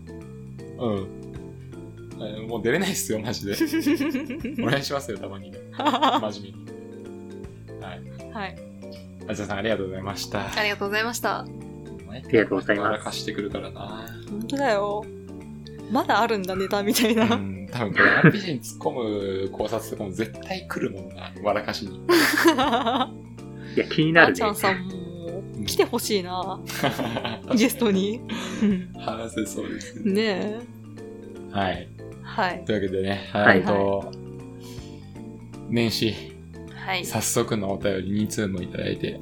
Speaker 2: うんはい。もう出れないっすよ、マジで。 お願いしますよ、たまに。
Speaker 1: は
Speaker 2: 真面目に。はい。
Speaker 1: い。
Speaker 2: あーちゃんさん、ありがとうございました。
Speaker 1: ありがとうございました。
Speaker 2: あ
Speaker 3: りがとうございます
Speaker 2: 貸してくるからな。
Speaker 1: 本当だよ。まだあるんだ、ネタみたいうな。
Speaker 2: ん、多分これ RPG に突っ込む考察とかも絶対来るもんな、わらかしに。
Speaker 1: あ
Speaker 3: いや、気になる
Speaker 1: ちゃん
Speaker 3: ね。
Speaker 1: さんも、来てほしいな、ゲスト。に。うん
Speaker 2: 話せそうですね。
Speaker 1: ね
Speaker 2: はい。
Speaker 1: え。はい。
Speaker 2: というわけでね、
Speaker 3: は
Speaker 2: はいい、えっと、年始、
Speaker 1: はい。
Speaker 2: 早速のお便り2通もいただいて、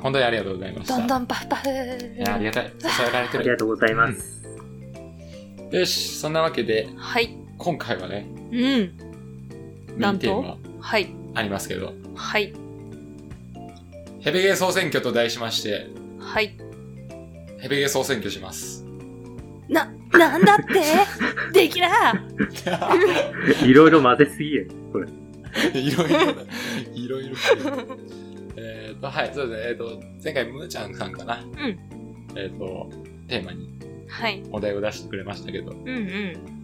Speaker 2: 本当にありがとうございました。
Speaker 1: どんどんパフパフ。
Speaker 2: いやありがたい。支えられて
Speaker 3: ありが
Speaker 2: る。
Speaker 3: とうございます。
Speaker 2: よし、そんなわけで、
Speaker 1: はい。
Speaker 2: 今回はね、
Speaker 1: うん。
Speaker 2: メ
Speaker 1: な
Speaker 2: イン
Speaker 1: ん
Speaker 2: テー
Speaker 1: と
Speaker 2: マ
Speaker 1: はい。
Speaker 2: ありますけど、
Speaker 1: はい。
Speaker 2: ヘベゲー総選挙と題しまして、
Speaker 1: はい。
Speaker 2: ヘベゲー総選挙 します。
Speaker 1: な、なんだ ってできない
Speaker 3: ろいろ混ぜすぎやねこれ。
Speaker 2: いろいろだ、いろいろだ。えっと、はい、そうですね。えっ、と、前回、むーちゃんさんかな。
Speaker 1: ん
Speaker 2: えっ、と、テーマに
Speaker 1: はい。
Speaker 2: お題を出してくれましたけど、
Speaker 1: うんう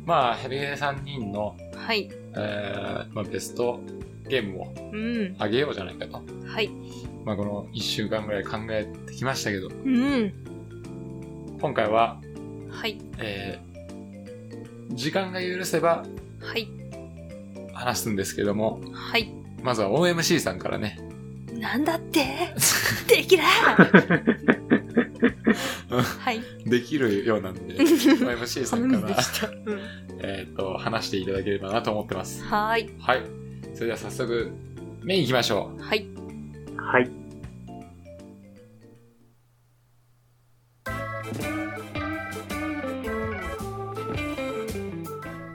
Speaker 2: まあ、ヘビゲー3人の、
Speaker 1: ん。はい。
Speaker 2: えーまあ、ベストゲームを
Speaker 1: うん。
Speaker 2: あげようじゃないかと。
Speaker 1: はい。
Speaker 2: まあ、この1週間ぐらい考えてきましたけど、
Speaker 1: うん。
Speaker 2: 今回は、
Speaker 1: はい。
Speaker 2: えー時間が許せば
Speaker 1: はい。
Speaker 2: 話すんですけども、
Speaker 1: はい。
Speaker 2: まずは OMC さんからね。
Speaker 1: なんだってできない はい。
Speaker 2: できるよう なんで、OMC さ
Speaker 1: 頼
Speaker 2: ん
Speaker 1: み
Speaker 2: か
Speaker 1: で
Speaker 2: ら、
Speaker 1: した。うん
Speaker 2: えっと、話していただければなと思ってます。
Speaker 1: はーい。
Speaker 2: はい。それでは早速、メイン行きましょ
Speaker 1: はい。
Speaker 3: はい。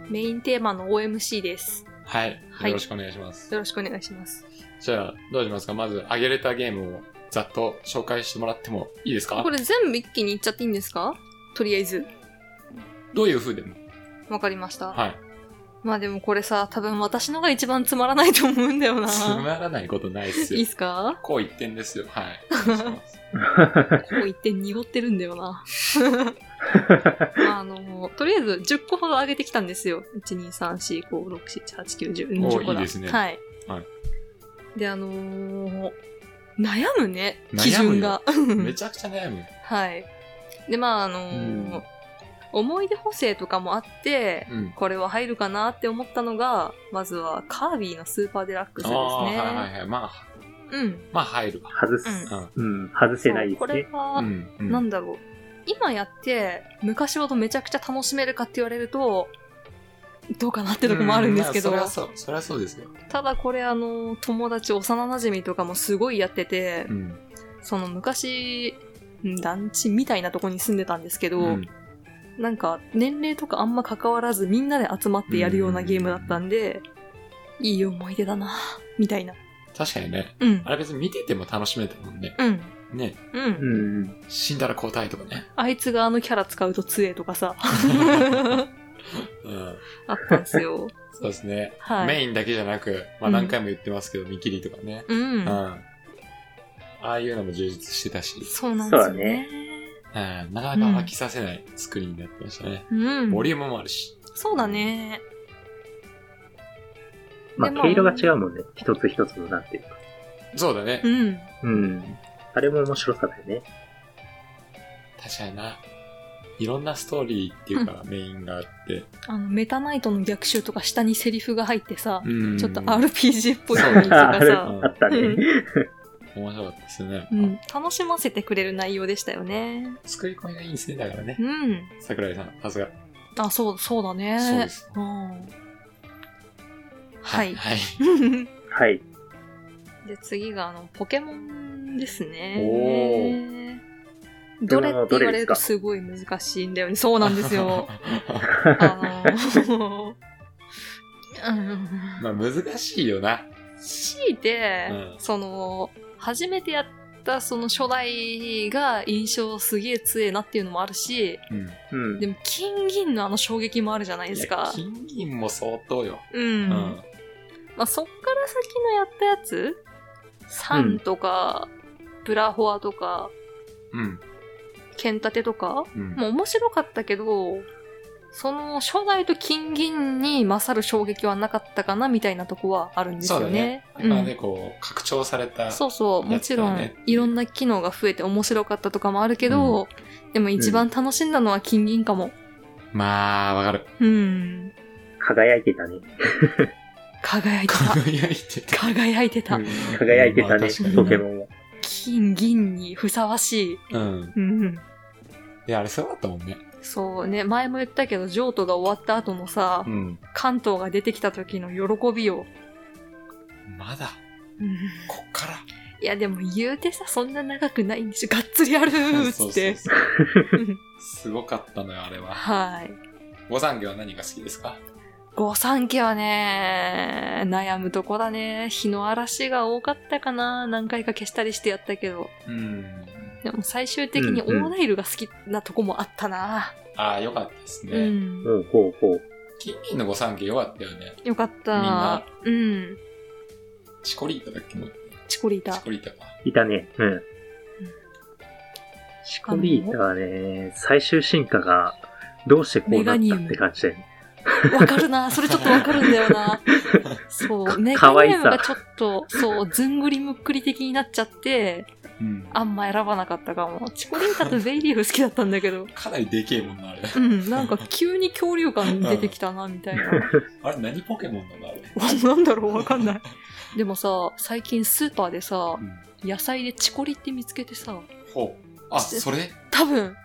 Speaker 1: メインテーマの OMC です。
Speaker 2: う。はい。
Speaker 1: はい
Speaker 2: よろしくお願いします。
Speaker 1: よろしくお願いします。
Speaker 2: じゃあ、どうしますかまず、あげれたゲームをざっと紹介してもらってもいいです か
Speaker 1: これ全部一気にいっちゃっていいんですかとりあえず。
Speaker 2: どういう風でも。
Speaker 1: わかりました。
Speaker 2: はい。
Speaker 1: まあでもこれさ、多分私のが一番つまらないと思うんだよな。
Speaker 2: つまらないことないっす
Speaker 1: いいっ
Speaker 2: よ。
Speaker 1: すか
Speaker 2: こう一点ですよ。 はい。お願いします
Speaker 1: こう言って濁ってるんだよ な。あの、とりあえず10個ほど上げてきたんですよ。1、2、3、4、5、6、7、8、9、10。うん
Speaker 2: おー
Speaker 1: 10個だ
Speaker 2: いいですね
Speaker 1: はい。
Speaker 2: はい
Speaker 1: で、あのー悩むね、
Speaker 2: 悩むよ
Speaker 1: 基準が。
Speaker 2: めちゃくちゃ悩む。
Speaker 1: はい。で、まあ、あのー
Speaker 2: うん
Speaker 1: 思い出補正とかもあって、
Speaker 2: うん。
Speaker 1: これは入るかなって思ったのが、まずはカービィのスーパーデラックス
Speaker 2: あ
Speaker 1: ですね。
Speaker 2: あー、はいはいはい。まあ、
Speaker 1: うん。
Speaker 2: まあ入るわ。
Speaker 3: 外す。うん、外せない
Speaker 1: そうこ
Speaker 3: です
Speaker 1: れ
Speaker 3: ね。
Speaker 1: は、
Speaker 2: うん。うん
Speaker 1: なんだろう。今やって、昔ほどめちゃくちゃ楽しめるかって言われると、どうかなってとこもあるんですけど、
Speaker 2: うまあそりゃそう、そりゃそうですよ。
Speaker 1: ただこれあの、友達、幼馴染とかもすごいやってて、
Speaker 2: うん。
Speaker 1: その昔、うん団地みたいなとこに住んでたんですけど、
Speaker 2: うん
Speaker 1: なんか年齢とかあんま関わらずみんなで集まってやるようなゲームだったんで、いい思い出だな、みたいな。
Speaker 2: 確かにね。
Speaker 1: うん
Speaker 2: あ。れ別に見てても楽しめたもんね。
Speaker 1: うん。
Speaker 2: ね。
Speaker 1: う。
Speaker 3: うんん。
Speaker 2: 死んだら交代とかね。
Speaker 1: あいつがあのキャラ使うと杖とか さ、
Speaker 2: うん。
Speaker 1: あったんですよ。
Speaker 2: そうですね。
Speaker 1: はい。
Speaker 2: メインだけじゃなく、ま
Speaker 1: う
Speaker 2: あ
Speaker 1: ん
Speaker 2: 何回も言ってますけど、見切りとかね。
Speaker 1: うん。
Speaker 2: うん。ああいうのも充実してたし、
Speaker 1: そうなんですよね。
Speaker 2: うん、なかなか飽きさせない作りになってましたね。
Speaker 1: うん。
Speaker 2: ボリュームもあるし。
Speaker 1: そうだね。
Speaker 3: まあ、
Speaker 1: でも
Speaker 3: 毛色が違うもんね。一つ一つのなんていうか。
Speaker 2: そうだね
Speaker 1: う。ん。
Speaker 3: うん。あれも面白さだよね。
Speaker 2: 確かにな。いろんなストーリーっていうか、メインがあって。
Speaker 1: あの、メタナイトの逆襲とか下にセリフが入ってさ、
Speaker 2: うん
Speaker 1: ちょっと RPG っぽい
Speaker 2: そう
Speaker 1: 感じ
Speaker 3: あ、あ
Speaker 1: が
Speaker 3: れ、
Speaker 1: さ、
Speaker 3: あったね。
Speaker 2: 面白かったですね。
Speaker 1: うん、楽しませてくれる内容でしたよね。
Speaker 2: 作り込みがいいんですね、だからね
Speaker 1: う。ん。
Speaker 2: 桜井さん、さすが。
Speaker 1: あ、そう、そうだね。
Speaker 2: そうです
Speaker 1: うん。はい。
Speaker 2: はい。
Speaker 3: はい。
Speaker 1: で、次が、あの、ポケモンです
Speaker 2: お。
Speaker 1: ね。どれって言われるとすごい難しいんだよね。そうなんですよ。あの、うん
Speaker 2: まあ難しいよな。
Speaker 1: 強いて、
Speaker 2: うん
Speaker 1: その、初めてやったその初代が印象すげえ強えなっていうのもあるし、
Speaker 2: うん。
Speaker 3: うん
Speaker 1: で。も金銀のあの衝撃もあるじゃないですか。
Speaker 2: 金銀も相当よ。
Speaker 1: うん。
Speaker 2: うん。
Speaker 1: まあ、そっから先のやったやつ、サンとか、ブラホアとか、
Speaker 2: うん。
Speaker 1: 剣立てとか、
Speaker 2: うん。
Speaker 1: もう面白かったけど、その初代と金銀に勝る衝撃はなかったかなみたいなとこはあるんです
Speaker 2: そう
Speaker 1: よ
Speaker 2: だね
Speaker 1: ね。。
Speaker 2: だからね、こう、拡張された。
Speaker 1: そうそう、もちろ
Speaker 2: やつだ
Speaker 1: ん
Speaker 2: ね、
Speaker 1: いろんな機能が増えて面白かったとかもあるけど、でも一番楽しんだのは金銀かも。
Speaker 2: まあ、わかる。
Speaker 1: うん。
Speaker 3: 輝いてたね。
Speaker 1: 輝いてた。
Speaker 2: 輝いてた。
Speaker 1: 輝いてた。
Speaker 3: 輝いてた
Speaker 2: ま
Speaker 3: ね
Speaker 2: あ確か、に
Speaker 3: ポケモンは。
Speaker 1: き金銀にふさわしい。
Speaker 2: うん。
Speaker 1: うん。
Speaker 2: いや、あれすごかったもんね。
Speaker 1: そうね、前も言ったけど、譲渡が終わった後のさ
Speaker 2: う、ん。
Speaker 1: 関東が出てきた時の喜びよ。
Speaker 2: まだ、
Speaker 1: うん
Speaker 2: こっから。
Speaker 1: いや、でも言うてさ、そんな長くないんでしょ。がっつりやるーっ
Speaker 2: そ
Speaker 1: つっ
Speaker 2: うそう
Speaker 1: て。
Speaker 2: そう
Speaker 1: うん
Speaker 2: すごかったのよ、あれは。
Speaker 1: はい。
Speaker 2: ご三家は何が好きですか
Speaker 1: 御三家はね、悩むとこだね。日の嵐が多かったかな。何回か消したりしてやったけど。
Speaker 2: うん。
Speaker 1: でも最終的にオーナイルが好きなとこもあったな。
Speaker 2: ああ、よかったです
Speaker 1: う
Speaker 2: ね。
Speaker 1: ん。
Speaker 3: ほうほうほう。
Speaker 2: 金銀の御三家よかったよね。
Speaker 1: よかった。
Speaker 2: みんな
Speaker 1: うん。
Speaker 2: チコリータだっけもう
Speaker 1: チコリー
Speaker 2: チ
Speaker 1: タ
Speaker 2: コ。リータか。
Speaker 3: いたね。うん。
Speaker 1: しか
Speaker 3: コ
Speaker 1: も、
Speaker 3: リータはね、最終進化がどうしてこうなったって感じで。
Speaker 1: わかるな。それちょっとわかるんだよ な。そう。メ
Speaker 3: か
Speaker 1: ガ
Speaker 3: わい
Speaker 1: ネ
Speaker 3: さ
Speaker 1: ムがちょっと、そう、ずんぐりむっくり的になっちゃって、
Speaker 2: うん。
Speaker 1: あんま選ばなかったかも。チコリータとベイリーフ好きだったんだけど。
Speaker 2: かなりでけえもんな、あれ。
Speaker 1: うん、なんか 急に恐竜感出てきたな、みたいな。
Speaker 2: あれ、何ポケモンなのあれ。
Speaker 1: なんだろうわかんない。でもさ、最近スーパーでさ
Speaker 2: う、ん。
Speaker 1: 野菜でチコリって見つけてさ、
Speaker 2: ほう。あ、それ
Speaker 1: 多分、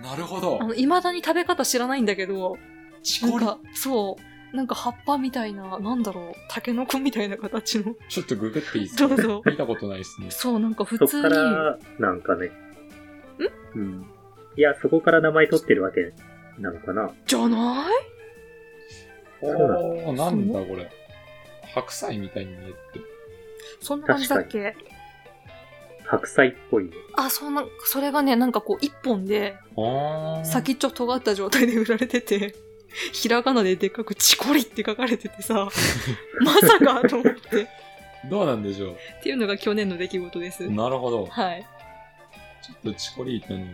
Speaker 2: なるほど
Speaker 1: あ。の、未だに食べ方知らないんだけど、
Speaker 2: チ
Speaker 1: なん
Speaker 2: コリ。
Speaker 1: か、そう、なんか葉っぱみたいな、なんだろう、タケノコみたいな形の。
Speaker 2: ちょっとググっていいです
Speaker 1: ど
Speaker 2: か
Speaker 1: うぞ。
Speaker 2: 見たことないですね。
Speaker 1: そう、なんか普
Speaker 3: そっ
Speaker 1: 通
Speaker 3: か
Speaker 1: に、
Speaker 3: ら、なんかね。うん。いや、そこから名前取ってるわけなのかな。
Speaker 1: じゃない
Speaker 2: おおなんだこれ。白菜みたいに見えて。
Speaker 1: そんな感じだっけ
Speaker 3: 白菜っぽいね。
Speaker 1: あ、そんな、それがね、なんかこう、一本で、
Speaker 2: あー。
Speaker 1: 先っちょ尖った状態で売られてて、 ひらがなででっかくチコリって書かれててさ、 まさかと思って。
Speaker 2: どうなんでしょ
Speaker 1: っていうのが去年の出来事です
Speaker 2: う。。なるほど。
Speaker 1: はい。
Speaker 2: ちょっとチコリータの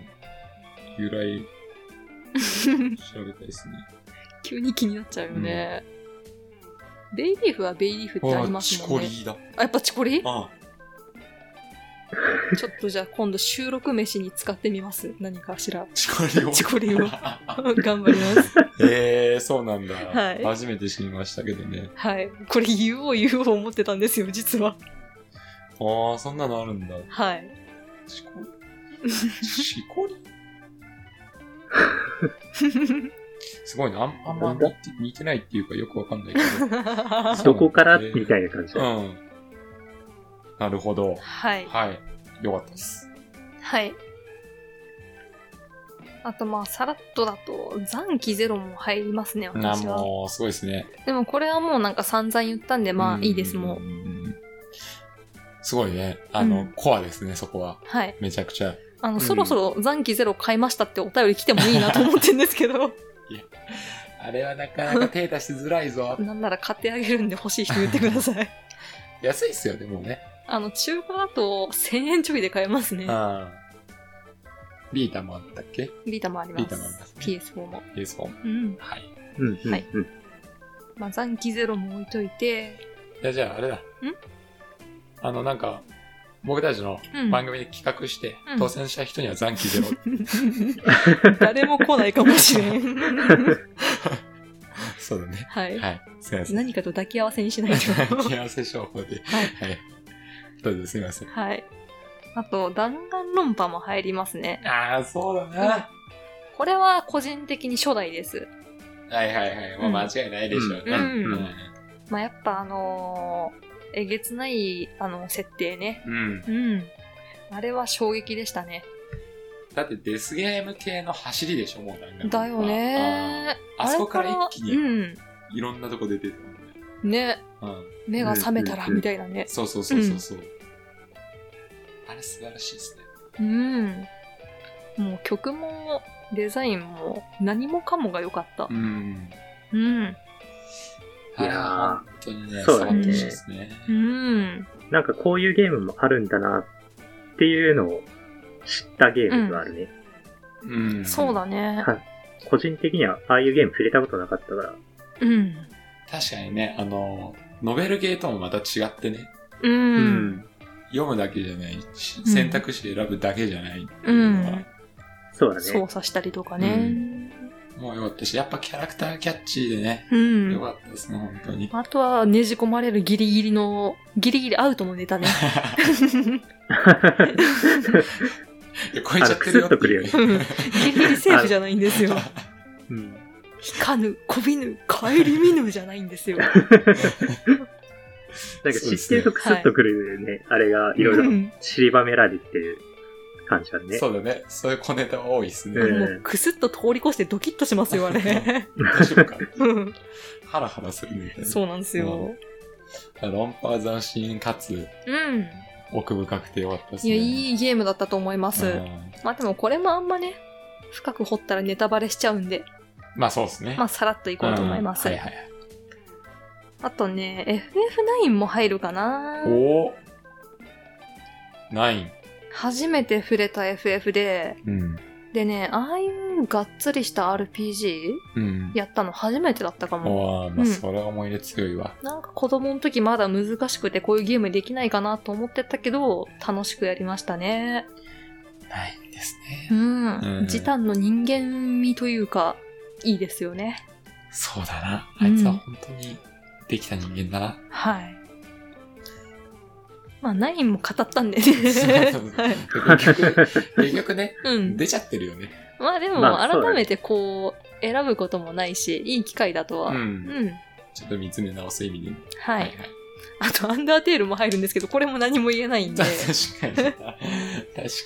Speaker 2: 由来調べたいですね。
Speaker 1: 急に気になっちゃうよね。ベイリーフはベイリーフってあり
Speaker 2: あ
Speaker 1: ます
Speaker 2: チ
Speaker 1: も
Speaker 2: コ
Speaker 1: ん
Speaker 2: リ
Speaker 1: ね。
Speaker 2: ーだ。
Speaker 1: あ、やっぱチコリちょ
Speaker 2: あ
Speaker 1: っとじゃあ今度収録飯に使ってみます。何かしら。
Speaker 2: チコリーを。
Speaker 1: チコリーを
Speaker 2: を。
Speaker 1: 頑張ります。
Speaker 2: えー、そうなんだ。
Speaker 1: はい
Speaker 2: 初めて知りましたけどね。
Speaker 1: はい。これ言おう言おう思ってたんですよ、実は。
Speaker 2: ああ、そんなのあるんだ。
Speaker 1: はい。
Speaker 2: チコリチコリすごいな。あんあんま似て似てないっていうかよくわかんないけど。
Speaker 3: どこから
Speaker 2: そうなんだね
Speaker 3: みたいな感じ
Speaker 2: う
Speaker 3: だ。
Speaker 2: ん。なるほど。
Speaker 1: はい。
Speaker 2: はい。よかったです。
Speaker 1: はい。あとまあ、さらっとだと、残機ゼロも入りますね、
Speaker 2: な
Speaker 1: 私は。
Speaker 2: もう、すごいですね。
Speaker 1: でもこれはもうなんか散々言ったんで、まあいいです、もう。
Speaker 2: んすごいね。あ
Speaker 1: う
Speaker 2: の、
Speaker 1: ん
Speaker 2: コアですね、そこは。
Speaker 1: はい。
Speaker 2: めちゃくちゃ。
Speaker 1: あの、
Speaker 2: うん
Speaker 1: そろそろ残機ゼロ買いましたってお便り来てもいいなと思ってんですけど、
Speaker 2: あれはなかなか手出しづらいぞ
Speaker 1: なん なら買ってあげるんで欲しい人言ってください。
Speaker 2: 安いっすよ、でもね。
Speaker 1: あの、中古だと1000円ちょいで買えますね。
Speaker 2: あービータもあったっけ
Speaker 1: ビータもあります。
Speaker 2: ビータもありますね
Speaker 1: PS4 も。
Speaker 2: ?PS4。
Speaker 1: うん。
Speaker 2: はい。
Speaker 3: うん、うん、
Speaker 1: はい
Speaker 3: うん。
Speaker 1: まあ残機ゼロも置いといて、
Speaker 2: いや、じゃああれだ。んあの、なんか、僕たちの
Speaker 1: うん。
Speaker 2: 番組で企画して、
Speaker 1: うん
Speaker 2: 当選した人には残機ゼロ。
Speaker 1: 誰も来ないかもしれん。
Speaker 2: そうだね。
Speaker 1: はい。
Speaker 2: はい。すいません。
Speaker 1: 何かと抱き合わせにしないと。
Speaker 2: 付き合わせ商法 で。
Speaker 1: はい
Speaker 2: はい。どうぞすみません。
Speaker 1: はい。あと、弾丸論破も入りますね。
Speaker 2: ああ、そうだな。
Speaker 1: これは個人的に初代です。
Speaker 2: はいはいはい。
Speaker 1: うん
Speaker 2: もう間違いないでしょうね。
Speaker 1: うん
Speaker 2: う
Speaker 1: まあ、やっぱあのーえげつない、あの、設定ね。
Speaker 2: ん。うん
Speaker 1: うん。あれは衝撃でしたね。
Speaker 2: だってデスゲーム系の走りでしょ、もうなんか。
Speaker 1: だよね
Speaker 2: あーあそこから一気に
Speaker 1: うん。
Speaker 2: いろんなとこ出てるもんね。
Speaker 1: ね。
Speaker 2: うん。
Speaker 1: 目が覚めたら、
Speaker 3: うんうんうん
Speaker 1: みたいなね。
Speaker 2: そうそうそうそうそう。あれ素晴らしいですね。
Speaker 1: うん。もう曲も、デザインも、何もかもが良かった
Speaker 2: う。ん。
Speaker 1: うん。
Speaker 2: あれは本当にね、触ってほしいですね。
Speaker 1: うん。
Speaker 3: なんかこういうゲームもあるんだなっていうのを知ったゲームがあるね。
Speaker 2: うん。
Speaker 1: そう。だね。
Speaker 3: はい個人的にはああいうゲーム触れたことなかったから。
Speaker 1: うん。
Speaker 2: 確かにね、あの、ノベルゲーともまた違ってね、
Speaker 1: う。。
Speaker 3: うん
Speaker 2: 読むだけじゃないし
Speaker 1: ん、
Speaker 2: 選択肢選ぶだけじゃないっていうのは、
Speaker 1: うん
Speaker 3: そうだね。
Speaker 1: 操作したりとか
Speaker 2: う
Speaker 1: ね。
Speaker 2: もう良かったし、やっぱキャラクターキャッチーでね、
Speaker 1: う
Speaker 2: 良
Speaker 1: ん。
Speaker 2: かったですね、本当に。
Speaker 1: あとは、ねじ込まれるギリギリの、ギリギリアウトのネタね。
Speaker 2: いや超えちゃってるよっていう
Speaker 3: あのクスッとくるよね
Speaker 1: うんギリギリセーフじゃないんですよ。
Speaker 3: うん。
Speaker 1: 引かぬ、こびぬ、帰り見ぬじゃないんですよ。
Speaker 3: なんか知ってるとクスッとくるね、あれがいろ
Speaker 1: う
Speaker 3: いろ
Speaker 1: ん
Speaker 3: 散りばめられてる感じだ ね。
Speaker 2: そうだね。そういう小ネタ多いですね。
Speaker 3: うん
Speaker 1: もう、くすっと通り越してドキッとしますよ、あれ。
Speaker 2: 大丈夫か
Speaker 1: うん
Speaker 2: ハラハラするみたいな。
Speaker 1: そうなんですよ。
Speaker 2: 論破は斬新かつ
Speaker 1: うん。
Speaker 2: 奥深くて良かったです
Speaker 1: い
Speaker 2: ね。
Speaker 1: や、いいゲームだったと思います。
Speaker 2: うん
Speaker 1: まあでもこれもあんまね、深く掘ったらネタバレしちゃうんで、
Speaker 2: まあそうですね。
Speaker 1: まあさらっといこうと思います。
Speaker 2: うんはいはい。
Speaker 1: あとね、FF9 も入るかな
Speaker 2: おおナイン。
Speaker 1: 初めて触れた FF で、
Speaker 2: うん。
Speaker 1: でね、ああいうがっつりした RPG
Speaker 2: うん。
Speaker 1: やったの初めてだったかも。
Speaker 2: おー
Speaker 1: う
Speaker 2: まあ
Speaker 1: ん
Speaker 2: それは思い出強いわ。
Speaker 1: なんか子供の時まだ難しくてこういうゲームできないかなと思ってたけど、楽しくやりましたね。
Speaker 2: ナインですね
Speaker 1: う。ん。
Speaker 2: うん
Speaker 1: 時短の人間味というか、いいですよね。
Speaker 2: そうだな。あいつは本当にできた人間だな。
Speaker 1: はい。まあ、ナインも語ったんでね。
Speaker 2: そう
Speaker 1: はい。
Speaker 2: 結局、結局ね、
Speaker 1: うん。
Speaker 2: 出ちゃってるよね。
Speaker 1: まあでも、
Speaker 3: まあそうだね
Speaker 1: 改めてこう、選ぶこともないし、いい機会だとは。
Speaker 2: う
Speaker 1: うん。
Speaker 2: ん。ちょっと見つめ直す意味でね。
Speaker 1: はい。あと、アンダーテールも入るんですけど、これも何も言えないん で。
Speaker 2: 確かにな。確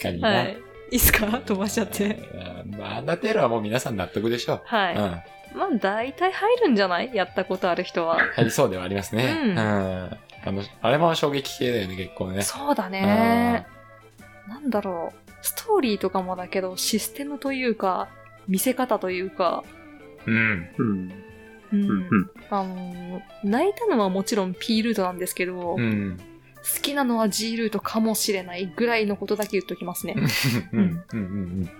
Speaker 2: かにな。
Speaker 1: はい。いいっすか飛ばしちゃって。
Speaker 2: うん。まあ、アンダーテールはもう皆さん納得でしょう。
Speaker 1: はい。
Speaker 2: うん。
Speaker 1: まあ、大体入るんじゃないやったことある人は。
Speaker 2: 入りそうではありますね。
Speaker 1: うん
Speaker 2: うん。あの、あれも衝撃系だよね、結構ね。
Speaker 1: そうだね。なんだろう。ストーリーとかもだけど、システムというか、見せ方というか、
Speaker 2: うん。
Speaker 3: うん。
Speaker 1: う
Speaker 3: うんん。。うん。
Speaker 1: あのー、泣いたのはもちろん P ルートなんですけど、
Speaker 2: う
Speaker 1: 好
Speaker 2: ん。
Speaker 1: きなのは G ルートかもしれないぐらいのことだけ言っときますね。
Speaker 2: うん。うん。うん。うん。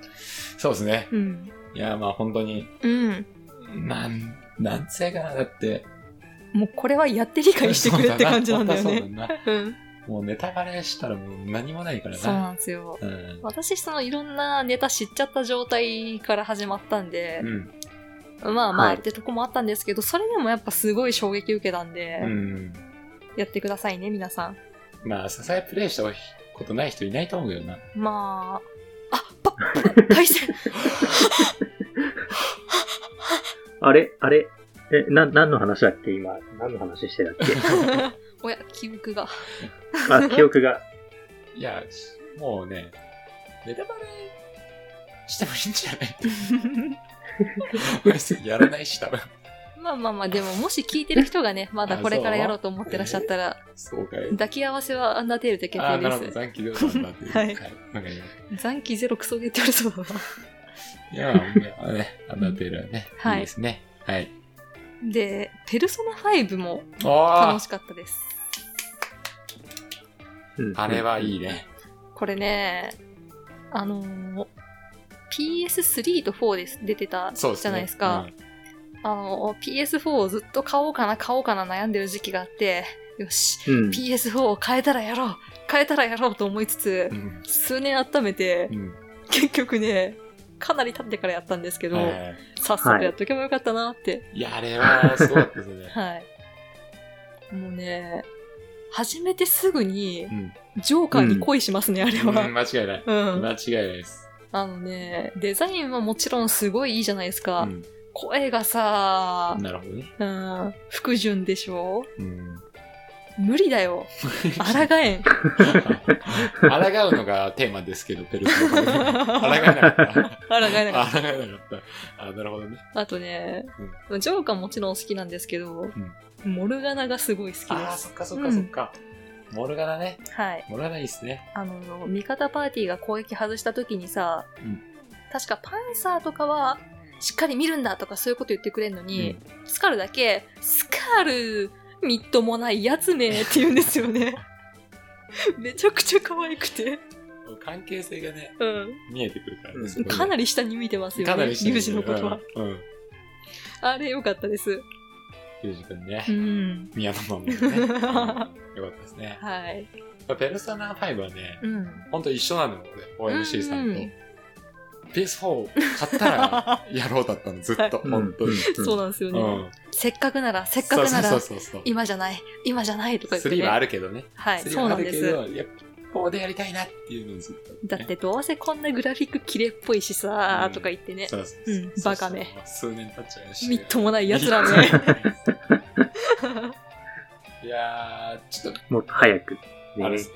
Speaker 2: そうですね。
Speaker 1: うん。
Speaker 2: いや、まあ本当に、
Speaker 1: うん。
Speaker 2: なん、なんつやかな、だって。
Speaker 1: もうこれはやって理解してくれって感じなんだよ
Speaker 2: そう
Speaker 1: ね。
Speaker 2: な。
Speaker 1: うん。
Speaker 2: もうネタバレしたらもう何もないから
Speaker 1: そう
Speaker 2: な。
Speaker 1: なんですよ。
Speaker 2: うん。
Speaker 1: 私、そのいろんなネタ知っちゃった状態から始まったんで
Speaker 2: う、ん。
Speaker 1: まあまあ
Speaker 3: はい
Speaker 1: ってとこもあったんですけど、それでもやっぱすごい衝撃受けたんで、
Speaker 2: うん。
Speaker 1: やってくださいね、皆さん。
Speaker 2: まあ、支えプレイしたことない人いないと思うけどな。
Speaker 1: まあ、あ、ば、ば、対 戦
Speaker 3: あれあれえ、な、何の話だっけ今。何の話してた っけ
Speaker 1: おや、記憶が。
Speaker 3: あ、記憶が。
Speaker 2: いや、もうね、ネタバレしてもいいんじゃない別にやらないし、多分。
Speaker 1: まあまあまあ、でももし聞いてる人が ね、まだこれからやろうと思ってらっしゃったら、
Speaker 2: そうかい。
Speaker 1: 抱き合わせはアンダーテールで決
Speaker 2: ああー、なるほ
Speaker 1: 定
Speaker 2: ど。
Speaker 1: で
Speaker 2: 残機量産だっていう。
Speaker 1: は。
Speaker 2: はいい。わかります
Speaker 1: 残機ゼロクソゲーって言われそうだ
Speaker 2: いや、まあね、アンダーテールはね、
Speaker 1: はい
Speaker 2: いいですね。はい。
Speaker 1: な。で、ペルソナ5も
Speaker 2: あ
Speaker 1: 楽しかったです。
Speaker 3: うん
Speaker 2: あ、あれ。はいいね。
Speaker 1: これね、あのー PS3 と4です出てた
Speaker 2: そうですね。
Speaker 1: じゃないですか。あの、PS4 をずっと買おうかな、買おうかな悩んでる時期があって、よし、
Speaker 3: うん。
Speaker 1: PS4 を変えたらやろう変えたらやろうと思いつつ
Speaker 2: う、ん。
Speaker 1: 数年温めて
Speaker 2: う、ん。
Speaker 1: 結局ね、かなり経ってからやったんですけ
Speaker 2: うん
Speaker 1: ど、
Speaker 2: は
Speaker 1: 早速やっとけばよかったなって。
Speaker 2: いいや、あれは、そうだったです ね。
Speaker 1: はい。もうね、始めてすぐに
Speaker 2: う、ん。
Speaker 1: ジョーカーに恋しますね、あれ
Speaker 2: うん
Speaker 1: は。
Speaker 2: 間違いない。
Speaker 1: うん。
Speaker 2: 間違いないです。
Speaker 1: あのね、デザインはもちろんすごいいいじゃないですか。
Speaker 2: うん
Speaker 1: 声がさ、
Speaker 2: なるほどね。
Speaker 1: うん、服順でしょ
Speaker 2: うん。
Speaker 1: 無理だ よ。抗えん。
Speaker 2: 抗うのがテーマですけど、ペル ソナ5。抗えなかった。
Speaker 1: あらがえなかっ
Speaker 2: 抗えなかった。あ、なるほどね。
Speaker 1: た。あとね、ジョーカーもちろん好きなんですけど、モルガナがすごい好きで
Speaker 2: ああ、
Speaker 1: す。
Speaker 2: そっかそっかそっか。モルガナね。
Speaker 1: はい。
Speaker 2: モルガナいいっすね。
Speaker 1: あの、味方パーティーが攻撃外した時にさ、
Speaker 2: うん
Speaker 1: 確かパンサーとかは、しっかり見るんだとかそういうこと言ってくれるのに、
Speaker 2: うん
Speaker 1: スカルだけ、スカル、みっともないやつねって言うんですよね。 めちゃくちゃ可愛くて。
Speaker 2: 関係性がね、
Speaker 1: う
Speaker 2: 見えてくるからね。そ
Speaker 1: ん。
Speaker 2: こで
Speaker 1: かなり下に見てますよね。
Speaker 2: かなりし
Speaker 1: リ
Speaker 2: て
Speaker 1: ュ
Speaker 2: る
Speaker 1: ウジのことは。。
Speaker 2: うんうん。
Speaker 1: あれ良かったです。
Speaker 2: リュウジ君ね
Speaker 1: う。ん。
Speaker 2: 宮野 マンもね。うんよかったですね。
Speaker 1: はい。
Speaker 2: ペルソナ5はね、
Speaker 1: うん。
Speaker 2: ほんと一緒なのよ、俺。OMC さんと
Speaker 1: うん。
Speaker 2: PS4 買ったらやろうだったの、ずっと、本当に。
Speaker 1: そう
Speaker 3: だ。
Speaker 1: なんですよ
Speaker 2: う
Speaker 1: ね。
Speaker 2: ん。
Speaker 1: せっかくなら、せっか
Speaker 2: そう
Speaker 1: くな
Speaker 2: そう
Speaker 1: ら、
Speaker 2: そうそう。
Speaker 1: 今じゃない、今じゃないとか言って、ね。
Speaker 2: 3はあるけどね。
Speaker 1: はい、
Speaker 2: 3
Speaker 1: そう
Speaker 2: は
Speaker 1: な
Speaker 2: あ
Speaker 1: ん
Speaker 2: る
Speaker 1: で
Speaker 2: け
Speaker 1: す。
Speaker 2: ど、やっぱこうでやりたいなっていうのをずっとね。
Speaker 1: だってどうせこんなグラフィック綺麗っぽいしさ
Speaker 2: う、ん
Speaker 1: とか言ってね、
Speaker 2: そうそうそうう、
Speaker 1: んバカね
Speaker 2: そうそう。数年経っちゃいましたけ
Speaker 1: み
Speaker 2: ど。
Speaker 1: っともない奴らね。
Speaker 2: いやー、ちょっ
Speaker 3: もっと早く。
Speaker 2: と、あれ
Speaker 3: ね
Speaker 2: です。ね。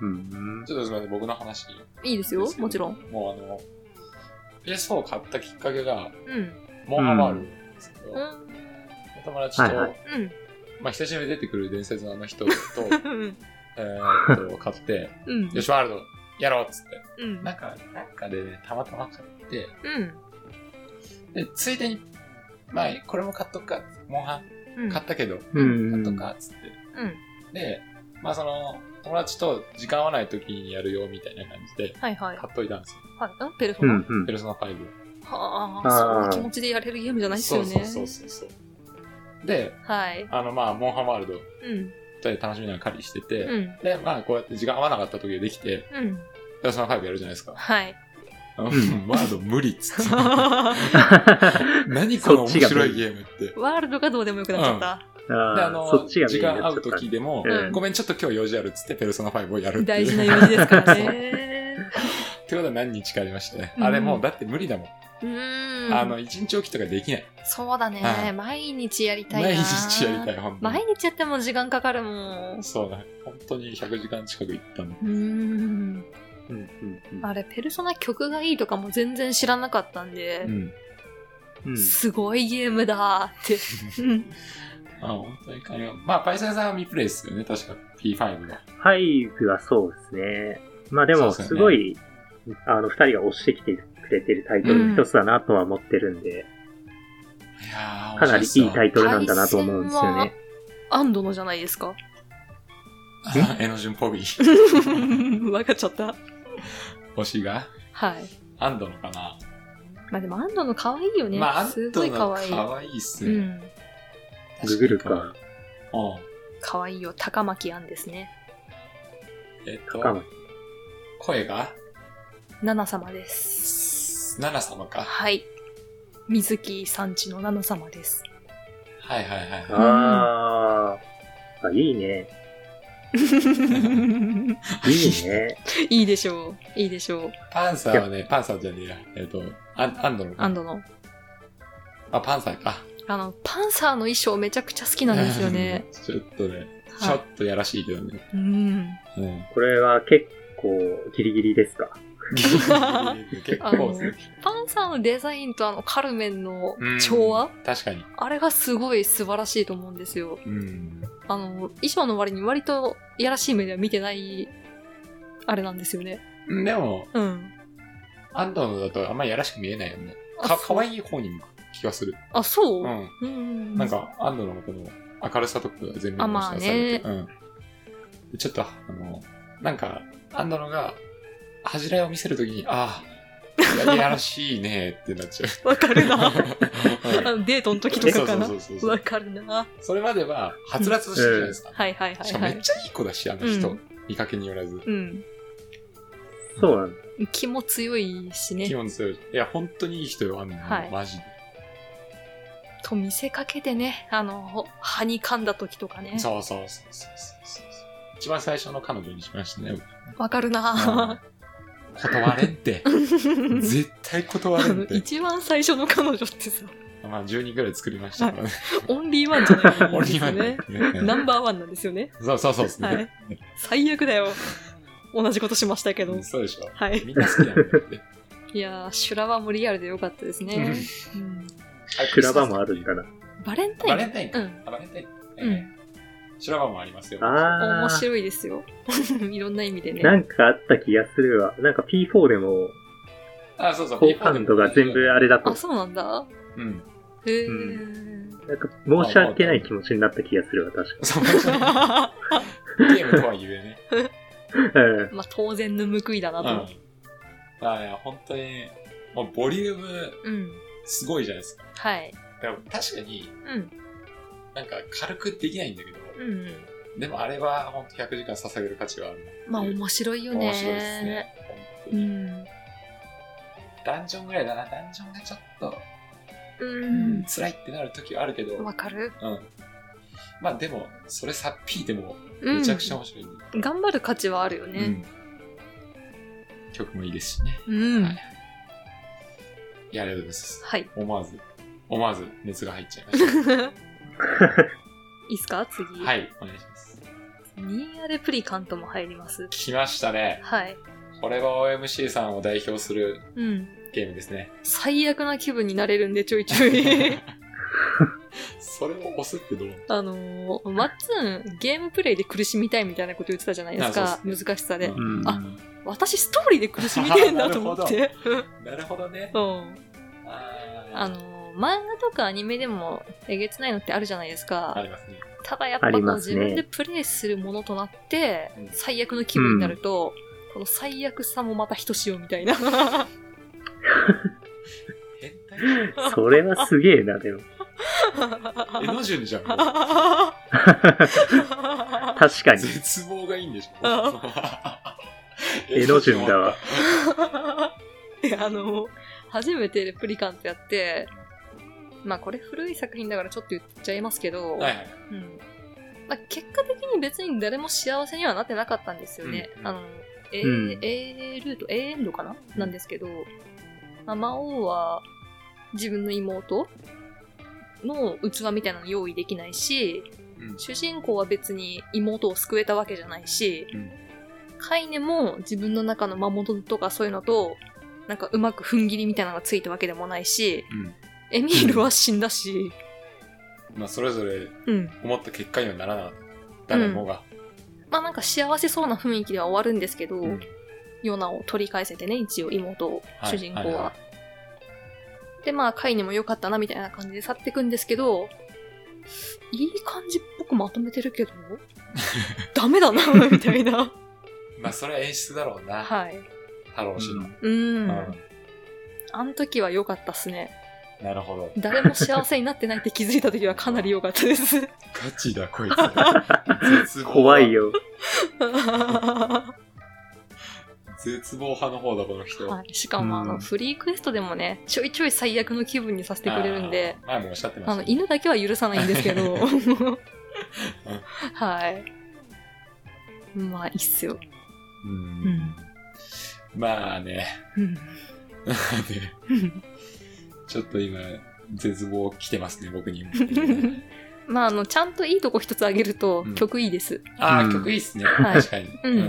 Speaker 3: うん。
Speaker 2: ちょっとすみません、僕の話です
Speaker 1: いいです
Speaker 2: けど。
Speaker 1: よ、もちろん。。
Speaker 2: もうあの、PS4 買ったきっかけが、
Speaker 1: うん。
Speaker 2: モンハンワールドなんですけど、
Speaker 1: う
Speaker 2: お
Speaker 1: ん。
Speaker 2: 友達と、
Speaker 3: はいは
Speaker 1: うん
Speaker 2: まあ、久しぶりに出てくる伝説のあ の人と、
Speaker 1: うん。
Speaker 2: えーっと、買って、
Speaker 1: うん。
Speaker 2: よし、ワールド、やろうっつって。
Speaker 1: うん。
Speaker 2: なんか、なんかでね、たまたま買って、
Speaker 1: うん。
Speaker 2: で、ついでに、まあ、これも買っとくか、モンハン
Speaker 1: うん。
Speaker 2: 買ったけど、
Speaker 3: うん。
Speaker 2: 買っとくか、つって。
Speaker 1: うん。
Speaker 2: で、まあその、友達と時間合わない時にやるよみたいな感じで、
Speaker 1: はいはい。
Speaker 2: 買っといたんですよ。
Speaker 1: はい。うんペルソ
Speaker 3: う
Speaker 1: ナ。
Speaker 3: ん。うん
Speaker 2: ペ。ルソナ5。
Speaker 1: はあ、
Speaker 3: あー
Speaker 1: そんな気持ちでやれるゲームじゃないですよね。
Speaker 2: そうそうそうそう。で、
Speaker 1: はい。
Speaker 2: あの、まあ、モンハンワールド、
Speaker 1: うん。
Speaker 2: 二人で楽しみながら狩りしてて、
Speaker 1: うん。
Speaker 2: で、まあ、こうやって時間合わなかった時ができて、
Speaker 1: うん。
Speaker 2: ペルソナ5やるじゃないですか。
Speaker 1: はい。
Speaker 2: あの
Speaker 3: ん
Speaker 2: ワールド無理っつって。
Speaker 1: ワ
Speaker 2: 何この面白いゲームって。で、
Speaker 1: ールドがどうでもよくなっちゃった。
Speaker 2: あ
Speaker 3: あ
Speaker 2: の
Speaker 3: ーそっちがメ
Speaker 2: 時
Speaker 3: インに
Speaker 2: 間
Speaker 3: な
Speaker 2: 合
Speaker 3: っち
Speaker 2: う
Speaker 3: ゃった
Speaker 2: 時でも、
Speaker 3: うん
Speaker 2: ごめん、ちょっと今日用事あるっつって、ペルソナ5をやるってい
Speaker 1: 大
Speaker 2: う。
Speaker 1: 事な用事ですからね。
Speaker 2: ってことは何日かありまして、
Speaker 1: うん
Speaker 2: あれもうだって無理だもん。
Speaker 1: う
Speaker 2: あ
Speaker 1: ーん。
Speaker 2: の、一日おきとかできない。
Speaker 1: そうだ
Speaker 2: は
Speaker 1: ね。
Speaker 2: い
Speaker 1: 毎日やりたいな。
Speaker 2: 毎日やりたい、本当に
Speaker 1: 毎。日やっても時間かかるもん。う
Speaker 2: そうだ、本当に100時間近く行ったの。
Speaker 1: ーん。
Speaker 3: うんうん
Speaker 1: あれ、ペルソナ曲がいいとかも全然知らなかったんで
Speaker 2: う、ん。
Speaker 3: うん
Speaker 1: すごいゲームだーって。うん
Speaker 2: あ、本当に金が。まあ、パイセンさんは未プレイですよね、確か。P5 の。
Speaker 3: ファイブはそうですね。まあでも、
Speaker 2: そうですよね
Speaker 3: すごい、あの、二人が推してきてくれてるタイトルの一つだなとは思ってるんで、
Speaker 2: いやー、
Speaker 3: かなりいいタ
Speaker 2: イ
Speaker 3: イトルなんだなと思うんですよね。
Speaker 1: アンドのじゃないです か。
Speaker 2: 絵の順ポビー。
Speaker 1: 分かっちゃった。
Speaker 2: 推しが
Speaker 1: はい。
Speaker 2: アンドのかな。
Speaker 1: まあでもアンドの可愛いよね。
Speaker 2: まあ、ア
Speaker 1: す
Speaker 2: ン
Speaker 1: ご
Speaker 2: ド
Speaker 1: い
Speaker 2: の可
Speaker 1: 可愛い。
Speaker 2: 愛いっす
Speaker 1: う
Speaker 2: ね。
Speaker 1: ん。
Speaker 2: 確に
Speaker 3: ググるか。
Speaker 2: う
Speaker 1: 可愛いよ。高巻アンですね。
Speaker 2: ん。えっ
Speaker 3: かも
Speaker 2: と、声が、
Speaker 1: ナナ様です。
Speaker 2: ナナ様か。
Speaker 1: はい。水木さんちのナナ様 です。
Speaker 2: はいはいはいはい。
Speaker 3: あーあ、いいね。いいね。
Speaker 1: いいでしょう。いいでしょう。
Speaker 2: パンサーはね、パンサーじゃねえや。えっと、アンアンドのか
Speaker 1: アンドの。
Speaker 2: あ、パンサーか。
Speaker 1: あの、パンサーの衣装めちゃくちゃ好きなんですよ ね。
Speaker 2: うん。ちょっとね、ち
Speaker 1: は
Speaker 2: ょ
Speaker 1: い
Speaker 2: っとやらしいけどね。
Speaker 1: うん。
Speaker 2: うん。
Speaker 3: これは結構ギリギリですか。
Speaker 2: 結構ですね
Speaker 1: パンサーのデザインとあのカルメンの調和、
Speaker 2: うん確かに。
Speaker 1: あれがすごい素晴らしいと思うんですよ。
Speaker 2: うん。
Speaker 1: あの、衣装の割に割といやらしい目では見てない、あれなんですよね。
Speaker 2: でも、
Speaker 1: うん。
Speaker 2: アンドのだとあんまりやらしく見えないよね。か、可
Speaker 1: い。
Speaker 2: 愛い方に向く気がする。
Speaker 1: あ、そうう、
Speaker 2: ん。
Speaker 1: うん、うん。
Speaker 2: なん、か、アンドのこの明るさとかが全部
Speaker 1: あまあね
Speaker 2: されてうん。ちょっと、あの、なんか、アンドのが、恥じらいを見せるときに、ああ、いやらしいねってなっちゃう。
Speaker 1: わかるな。あ
Speaker 2: うん
Speaker 1: のデートの 時とかかな
Speaker 2: そう。そうそうそう
Speaker 1: わかるな。
Speaker 2: それまでは、はつらつとしてるじゃないですか。
Speaker 1: はいはいは
Speaker 2: し
Speaker 1: い
Speaker 2: かも
Speaker 1: は
Speaker 2: めっ
Speaker 1: い。
Speaker 2: ちゃいい子だし、あの人。
Speaker 1: うん
Speaker 2: 見かけによらず。
Speaker 1: うん。
Speaker 3: そうなんだ。
Speaker 1: 気も強いし
Speaker 2: 気
Speaker 1: ね。
Speaker 2: 温強い。いや、本当にいい人よ、あんなの、
Speaker 1: はい
Speaker 2: マジで。
Speaker 1: と見せかけてね、あの、歯に噛んだ時とかね。
Speaker 2: そうそうそうそうそうそう。一番最初の彼女にしましたね。
Speaker 1: わかるな。
Speaker 2: 断れ んって。絶対断
Speaker 1: あ
Speaker 2: れん
Speaker 1: の
Speaker 2: って。
Speaker 1: 一番最初の彼女ってさ、
Speaker 2: まあ、10人ぐらい作りましたからね。
Speaker 1: オンリーワンじゃないん
Speaker 2: 俺
Speaker 1: です
Speaker 2: 今
Speaker 1: よ
Speaker 2: ね
Speaker 1: ね。。ナンバーワンなんですよね。
Speaker 2: そうそうそうです
Speaker 1: はい
Speaker 2: ね。。
Speaker 1: 最悪だよ。同じことしましたけど。
Speaker 2: そうでしょ。
Speaker 1: はい。
Speaker 2: みんな好きな んだって。
Speaker 1: いやー、修羅場もリアルでよかったですね。うん
Speaker 3: 修羅場もあるんだな。
Speaker 1: バレンタイン
Speaker 2: バレンタイン
Speaker 1: う
Speaker 2: か。
Speaker 1: ん。
Speaker 2: あバレンタイン。え
Speaker 1: う
Speaker 2: え
Speaker 1: ん。
Speaker 2: 修羅場もありますよ。
Speaker 3: ああ。
Speaker 1: 面白いですよ。 いろんな意味でね。
Speaker 3: なんかあった気がするわ。なんか P4 でも、
Speaker 2: あ、そうそう。
Speaker 3: 好感度が全部あれだと
Speaker 1: あ、、そうなんだ。
Speaker 2: うん。
Speaker 1: へー。
Speaker 3: うなんか申し訳ない気持ちになった気がするわ、確
Speaker 2: そう、ゲームとは言えね。
Speaker 3: かに。うん
Speaker 1: まあ、当然の報いだなと。
Speaker 2: うん。あいや、本当に、もうボリューム
Speaker 1: うん。
Speaker 2: すごいじゃないですか。
Speaker 1: はい。
Speaker 2: でも確かに
Speaker 1: うん。
Speaker 2: なんか軽くできないんだけど、
Speaker 1: うん。
Speaker 2: でもあれは本当100時間捧げる価値はあるな。
Speaker 1: まあ、面白いよね。
Speaker 2: 面白いですね。
Speaker 1: うん。
Speaker 2: ダンジョンぐらいだな。ダンジョンがちょっと、
Speaker 1: うん。
Speaker 2: 辛いってなる時はあるけど、
Speaker 1: わかる
Speaker 2: うん。まあでも、それさっぴいても、
Speaker 1: うん。
Speaker 2: めちゃくちゃ面白いんで。
Speaker 1: 頑張る価値はあるよ
Speaker 2: う
Speaker 1: ね。
Speaker 2: ん。曲もいいですしね。
Speaker 1: うん。
Speaker 2: はいいや、ありがとうございます。
Speaker 1: はい。
Speaker 2: 思わず、思わず熱が入っちゃいまし
Speaker 1: いいっすか次。
Speaker 2: た。はい、お願いします。
Speaker 1: ニーアレプリカントも入ります。
Speaker 2: 来ましたね。
Speaker 1: はい。
Speaker 2: これは OMC さんを代表する
Speaker 1: うん。
Speaker 2: ゲームですね。
Speaker 1: 最悪な気分になれるんで、ちょいちょ い。
Speaker 2: それを押すってどうなの
Speaker 1: あのーマッツン、ゲームプレイで苦しみたいみたいなこと言ってたじゃないです
Speaker 2: あ
Speaker 1: か。
Speaker 2: そうっす
Speaker 1: 難しさで、
Speaker 3: うん
Speaker 1: あ私、ストーリーで苦しみてんだと思 って。
Speaker 2: なるほどね。
Speaker 1: うん。あ
Speaker 2: あ
Speaker 1: のー漫画とかアニメでもえげつないのってあるじゃないですか。
Speaker 2: ーありますね。
Speaker 1: ただやっぱ
Speaker 3: あ
Speaker 1: こ
Speaker 3: り
Speaker 1: の
Speaker 3: ます
Speaker 1: 自
Speaker 3: ね
Speaker 1: 分でプレイするものとなって
Speaker 2: うん、
Speaker 1: 最悪の気分になると、この最悪さもまたひとしおみたいな。
Speaker 2: 変態
Speaker 3: それはすげえな、でも。
Speaker 2: 絵の 順じゃん。もう
Speaker 1: は
Speaker 3: 確かに。
Speaker 2: 絶望がいいんでしょ
Speaker 1: あ。
Speaker 3: 絵の順だわ。
Speaker 1: であの初めてレプリカントやってまあこれ古い作品だからちょっと言っちゃいますけど、
Speaker 2: はいはい。
Speaker 1: うんまあ、結果的に別に誰も幸せにはなってなかったんですよね、
Speaker 2: うん
Speaker 1: あの A,、
Speaker 3: うん
Speaker 1: A ルート A エンドかななんですけど、まあ、魔王は自分の妹の器みたいなの用意できないし
Speaker 2: うん
Speaker 1: 主人公は別に妹を救えたわけじゃないし、
Speaker 2: うん
Speaker 1: カイネも自分の中の魔物とかそういうのとなんかうまく踏ん切りみたいなのがついたわけでもないしエミールは死んだし、
Speaker 2: うん。まあ、それぞれ
Speaker 1: うん、
Speaker 2: 思った結果にはならなかった。誰もが。
Speaker 1: まあなんか幸せそうな雰囲気では終わるんですけど、
Speaker 2: うん
Speaker 1: ヨナを取り返せてね一応妹を、
Speaker 2: はい
Speaker 1: 主人公は。
Speaker 2: は
Speaker 1: でまあカイネも良かったなみたいな感じで去ってくんですけどいい感じっぽくまとめてるけ どダメだな みたいな
Speaker 2: まあ、それは演出だろうな。
Speaker 1: はい
Speaker 2: 太郎氏の。
Speaker 1: うん
Speaker 2: うん
Speaker 1: あの時は良かったっすね
Speaker 2: なるほど。
Speaker 1: 誰も幸せになってないって気づいた時はかなり良かったです
Speaker 2: ガチだ、 こいつ。絶望派
Speaker 3: 怖い。よ。
Speaker 2: 絶望派の方だ、この 人。
Speaker 1: はいしかもあ
Speaker 3: う
Speaker 1: の
Speaker 3: ん
Speaker 1: フリークエストでもねちょいちょい最悪の気分にさせてくれるんで
Speaker 2: あー。前もおっしゃってま
Speaker 1: あ
Speaker 2: した
Speaker 1: の
Speaker 2: ね。
Speaker 1: 犬だけは許さないんですけどはいまあいいっすよ、
Speaker 2: うん。まあね。
Speaker 1: うん
Speaker 2: まあねちょっと今、絶望来てますね、僕にも。
Speaker 1: まああのちゃんといいとこ一つあげると、
Speaker 2: うん
Speaker 1: 曲いいです、
Speaker 2: ああ、
Speaker 3: うん
Speaker 2: 曲いいっすね。
Speaker 1: はい
Speaker 2: 確かに。
Speaker 1: う
Speaker 2: うん